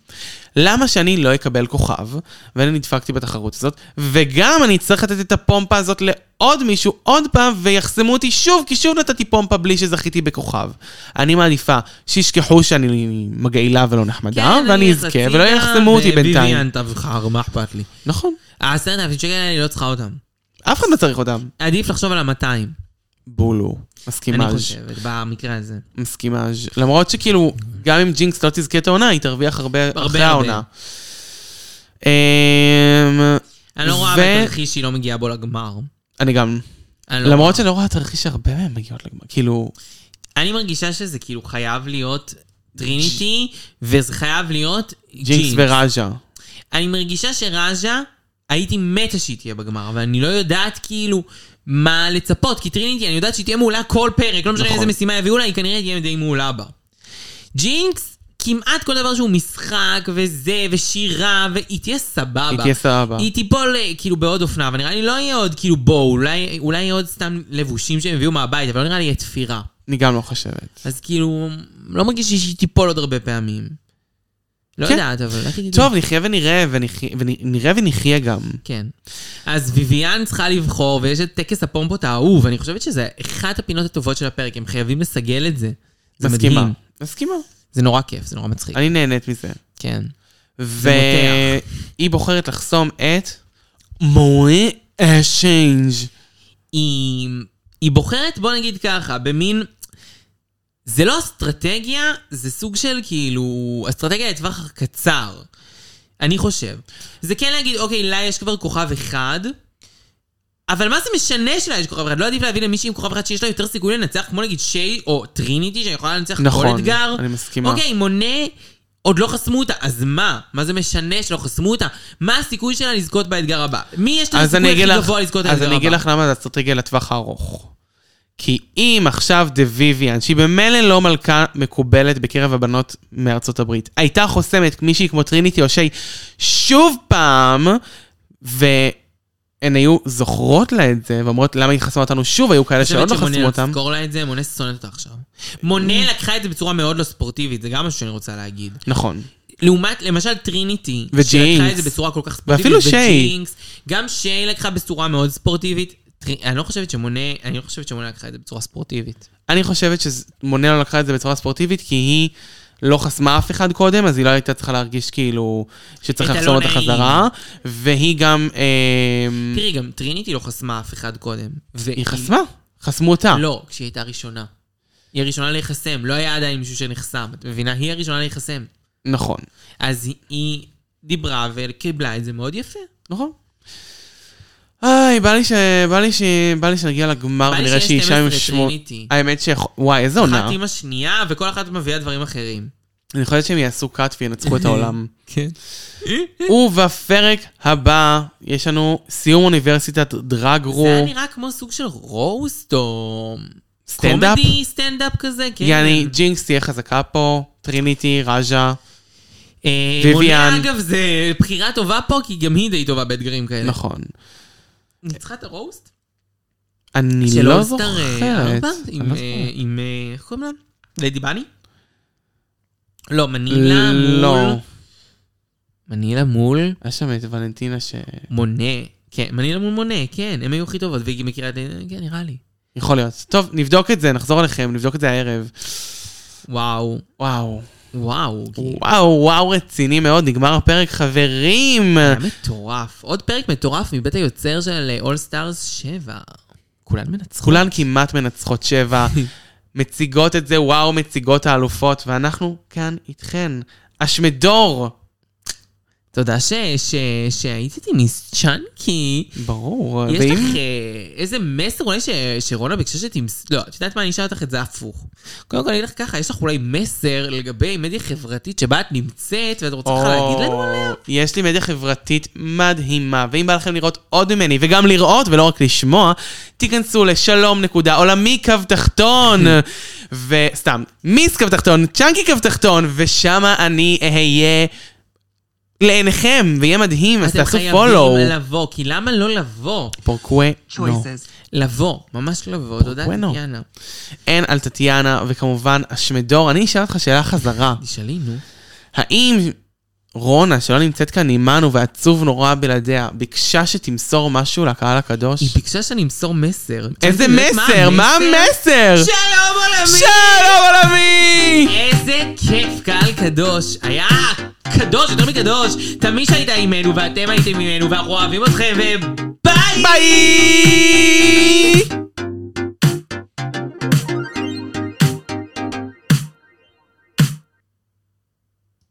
[SPEAKER 3] למה שאני לא אקבל כוכב, ואני נדפקתי בתחרות הזאת, וגם אני צריך לתת את הפומפה הזאת לעוד מישהו עוד פעם, ויחסמו אותי שוב, כי שוב נתתי פומפה בלי שזכיתי בכוכב. אני מעדיפה שישכחו שאני מגעילה ולא
[SPEAKER 2] כן,
[SPEAKER 3] נחמדה, ואני
[SPEAKER 2] אלך
[SPEAKER 3] אזכה, ולא
[SPEAKER 2] הצידה,
[SPEAKER 3] יחסמו אותי בינתיים.
[SPEAKER 2] וביביאן תבחר, מה אכפת לי?
[SPEAKER 3] נכון,
[SPEAKER 2] העשרת אלפים שקל האלה, אני לא צריכה אותם.
[SPEAKER 3] אף אחד לא צריך אותם.
[SPEAKER 2] עדיף לחשוב על המאתיים.
[SPEAKER 3] בולו.
[SPEAKER 2] אני
[SPEAKER 3] מסכימאז'.
[SPEAKER 2] חושבת, במקרה הזה.
[SPEAKER 3] מסכימאז'. למרות שכאילו, גם אם ג'ינקס לא תזכה את העונה, היא תרוויח הרבה
[SPEAKER 2] הרבה,
[SPEAKER 3] אחרי
[SPEAKER 2] הרבה.
[SPEAKER 3] העונה. אמ,
[SPEAKER 2] אני לא רואה
[SPEAKER 3] ו-
[SPEAKER 2] בתרחיש שהיא לא מגיעה בו לגמר.
[SPEAKER 3] אני גם,
[SPEAKER 2] אני לא רואה.
[SPEAKER 3] למרות שאני לא רואה תרחיש שהרבה מהן מגיעות לגמר, כאילו,
[SPEAKER 2] אני מרגישה שזה כאילו חייב להיות טריניטי, וזה חייב להיות
[SPEAKER 3] ג'ינקס
[SPEAKER 2] ג'ינקס.
[SPEAKER 3] וראז'ה.
[SPEAKER 2] אני מרגישה שראז'ה, הייתי מתה שהיא תהיה בגמר, אבל אני לא יודעת כאילו מה לצפות, כי טריניטי, אני יודעת שהיא תהיה מעולה כל פרק, לא משנה
[SPEAKER 3] נכון.
[SPEAKER 2] איזה משימה יביאו לה, היא כנראה תהיה די מעולה בה. ג'ינקס, כמעט כל דבר שהוא משחק, וזה, ושירה, והיא תהיה סבבה.
[SPEAKER 3] היא תהיה סבבה.
[SPEAKER 2] היא תיפול אה, כאילו בעוד אופנה, אבל נראה לי לא יהיה עוד כאילו בואו, אולי, אולי יהיה עוד סתם לבושים שהם הביאו מהבית, אבל לא נראה לי יהיה תפירה.
[SPEAKER 3] אני גם לא חושבת.
[SPEAKER 2] אז כאילו, לא מרגיש לי שהיא תיפול עוד הרבה פעמים. לא
[SPEAKER 3] כן.
[SPEAKER 2] יודעת, אבל איך היא תדע?
[SPEAKER 3] טוב, נחיה ונראה, ונחי- ונראה ונחיה גם.
[SPEAKER 2] כן. אז ויויאן צריכה לבחור, ויש את טקס הפומפות האהוב, אני חושבת שזה אחת הפינות הטובות של הפרק, הם חייבים לסגל את זה. זה
[SPEAKER 3] מסכימה.
[SPEAKER 2] מדהים.
[SPEAKER 3] מסכימה.
[SPEAKER 2] זה נורא כיף, זה נורא מצחיק.
[SPEAKER 3] אני נהנית מזה.
[SPEAKER 2] כן. מותח.
[SPEAKER 3] והיא בוחרת לחסום את מורי אשיינג'.
[SPEAKER 2] היא, היא בוחרת, בוא נגיד ככה, במין... זה לא אסטרטגיה, זה סוג של כאילו... אסטרטגיה לטווח קצר. אני חושב. זה כן להגיד, אוקיי, לה יש כבר כוכב אחד, אבל מה זה משנה שלה יש כוכב אחד? לא עדיף להביא למישהי עם כוכב אחד שיש לה יותר סיכוי לנצח, כמו נגיד שיי או טריניטי, שיכולה לנצח
[SPEAKER 3] נכון,
[SPEAKER 2] כל אתגר?
[SPEAKER 3] אני מסכימה.
[SPEAKER 2] אוקיי, מונה, עוד לא חסמו אותה, אז מה? מה זה משנה שלא חסמו אותה? מה הסיכוי שלה לזכות באתגר הבא? מי יש לה
[SPEAKER 3] אז אני
[SPEAKER 2] סיכוי
[SPEAKER 3] אגיד
[SPEAKER 2] הכי
[SPEAKER 3] לך,
[SPEAKER 2] גבוה לזכות באתגר
[SPEAKER 3] אז
[SPEAKER 2] הבא?
[SPEAKER 3] אני אגיד לך למה זה אסטרטגיה לטווח הארוך. כי אם עכשיו דה ויויאן, שהיא במילא לא מלכה מקובלת בקרב הבנות מארצות הברית, הייתה חוסמת מישהי כמו טריניטי או שי שוב פעם, והן היו זוכרות לה את זה, ואומרות למה היא חסמה אותנו שוב, היו כאלה
[SPEAKER 2] חושבת
[SPEAKER 3] שעוד לא
[SPEAKER 2] שמונה,
[SPEAKER 3] חסמו אותם.
[SPEAKER 2] תזכור לה את זה, מונה שונאת אותה עכשיו. מונה לקחה את זה בצורה מאוד לא ספורטיבית, זה גם משהו שאני רוצה להגיד.
[SPEAKER 3] נכון.
[SPEAKER 2] לעומת, למשל טריניטי,
[SPEAKER 3] וג'ינקס.
[SPEAKER 2] שלקחה את זה בצורה כל כך ספורטיבית,
[SPEAKER 3] ואפילו שיי.
[SPEAKER 2] וג'ינקס. גם שיי לקחה בצורה מאוד ספורטיבית. טרי- אני לא חושבת שמונה, אני לא חושבת שמונה לקחה את זה בצורה ספורטיבית.
[SPEAKER 3] אני חושבת שמונה לא לקחה את זה בצורה ספורטיבית, כי היא לא חסמה אף אחד קודם, אז היא לא הייתה צריכה להרגיש כאילו שצריך
[SPEAKER 2] את הלא
[SPEAKER 3] לחסום אותה
[SPEAKER 2] לא נעים.
[SPEAKER 3] חזרה, והיא גם... אה,
[SPEAKER 2] תראי, גם טריניטי לא חסמה אף אחד קודם.
[SPEAKER 3] היא חסמה, חסמו אותה.
[SPEAKER 2] לא, כשהיא הייתה ראשונה. היא הראשונה להיחסם, לא היה עדיין מישהו שנחסם, את מבינה? היא הראשונה להיחסם.
[SPEAKER 3] נכון,
[SPEAKER 2] אז היא- היא דיברה וקיבלה את זה מאוד יפה.
[SPEAKER 3] נכון. איי, בא לי ש... בא לי ש... בא לי שנגיע לגמר
[SPEAKER 2] בא לי
[SPEAKER 3] ונראה
[SPEAKER 2] שיש
[SPEAKER 3] שהיא אישה עם
[SPEAKER 2] 12
[SPEAKER 3] שמונה...
[SPEAKER 2] טריניטי.
[SPEAKER 3] האמת ש... וואי, איזה
[SPEAKER 2] אחת
[SPEAKER 3] עונה.
[SPEAKER 2] עם השנייה, וכל אחת מביאה דברים אחרים.
[SPEAKER 3] אני חושבת שהם יעשו קאט וינצחו את העולם.
[SPEAKER 2] כן.
[SPEAKER 3] ובפרק הבא, יש לנו סיום אוניברסיטת דרג
[SPEAKER 2] זה היה
[SPEAKER 3] רו.
[SPEAKER 2] נראה כמו סוג של רוסט או...
[SPEAKER 3] סטנדאפ?
[SPEAKER 2] קומדי, סטנדאפ כזה, כן.
[SPEAKER 3] יעני, ג'ינקס תהיה חזקה פה, טריניטי, ראז'ה.
[SPEAKER 2] אה,
[SPEAKER 3] ויויאן.
[SPEAKER 2] מונה, אגב, זה בחירה טובה פה, כי גם היא די טובה באתגרים כאלה.
[SPEAKER 3] נכון.
[SPEAKER 2] ניצחה את הרוסט?
[SPEAKER 3] אני
[SPEAKER 2] של
[SPEAKER 3] לא
[SPEAKER 2] אוסטר, אה,
[SPEAKER 3] זוכרת.
[SPEAKER 2] ארבע?
[SPEAKER 3] אני
[SPEAKER 2] עם,
[SPEAKER 3] לא
[SPEAKER 2] אה,
[SPEAKER 3] זוכרת.
[SPEAKER 2] עם... אה, איך קוראים לה? ליידי בני? לא, מנילה מול...
[SPEAKER 3] לא.
[SPEAKER 2] מנילה מול
[SPEAKER 3] היה שם את ולנטינה ש...
[SPEAKER 2] מונה. כן, מנילה מול מונה, כן, הם היו הכי טובות, והיא מכירה את... כן, נראה לי.
[SPEAKER 3] יכול להיות. טוב, נבדוק את זה, נחזור אליכם, נבדוק את זה הערב.
[SPEAKER 2] וואו,
[SPEAKER 3] וואו.
[SPEAKER 2] וואו, כאילו.
[SPEAKER 3] וואו, וואו, רציני מאוד, נגמר הפרק, חברים!
[SPEAKER 2] היה מטורף. עוד פרק מטורף מבית היוצר של אה, אול סטארס 7. כולן מנצחות.
[SPEAKER 3] כולן כמעט מנצחות שבע, מציגות את זה, וואו, מציגות האלופות, ואנחנו כאן איתכן. אשמדור!
[SPEAKER 2] תודה ש- ש- שהיית איתי מיס צ'אנקי.
[SPEAKER 3] ברור.
[SPEAKER 2] יש
[SPEAKER 3] ואם-
[SPEAKER 2] לך אה, איזה מסר אולי ש- שרונה ביקשה שתמס... לא, את יודעת מה, אני אשאל אותך את זה הפוך. קודם כל אני אגיד לך ככה, יש לך אולי מסר לגבי מדיה חברתית שבה את נמצאת ואת רוצה לך להגיד לנו עליה?
[SPEAKER 3] יש לי מדיה חברתית מדהימה, ואם בא לכם לראות עוד ממני, וגם לראות ולא רק לשמוע, תיכנסו לשלום נקודה עולמי קו תחתון, וסתם, מיס קו תחתון, צ'אנקי קו תחתון, ושמה אני אהיה לעיניכם, ויהיה מדהים, אז
[SPEAKER 2] אתם
[SPEAKER 3] תעשו
[SPEAKER 2] חייבים
[SPEAKER 3] פולו.
[SPEAKER 2] לבוא, כי למה לא לבוא?
[SPEAKER 3] פורקווה, לא. נו.
[SPEAKER 5] choices.
[SPEAKER 2] לבוא, ממש לבוא, תודה,
[SPEAKER 3] bueno.
[SPEAKER 2] טטיאנה.
[SPEAKER 3] אין על טטיאנה, וכמובן אשמדור. אני אשאל אותך שאלה חזרה.
[SPEAKER 2] תשאלי, נו.
[SPEAKER 3] האם רונה, שלא נמצאת כאן עימנו ועצוב נורא בלעדיה, ביקשה שתמסור משהו לקהל הקדוש?
[SPEAKER 2] היא ביקשה שאני אמסור מסר.
[SPEAKER 3] איזה
[SPEAKER 2] את יודעת מה
[SPEAKER 3] מסר? מה המסר?
[SPEAKER 2] שלום עולמי!
[SPEAKER 3] שלום עולמי!
[SPEAKER 2] איזה כיף, קהל קדוש. היה קדוש, יותר מקדוש. תמיד שהיית עימנו ואתם הייתם עימנו ואנחנו אוהבים אתכם וביי!
[SPEAKER 3] ביי!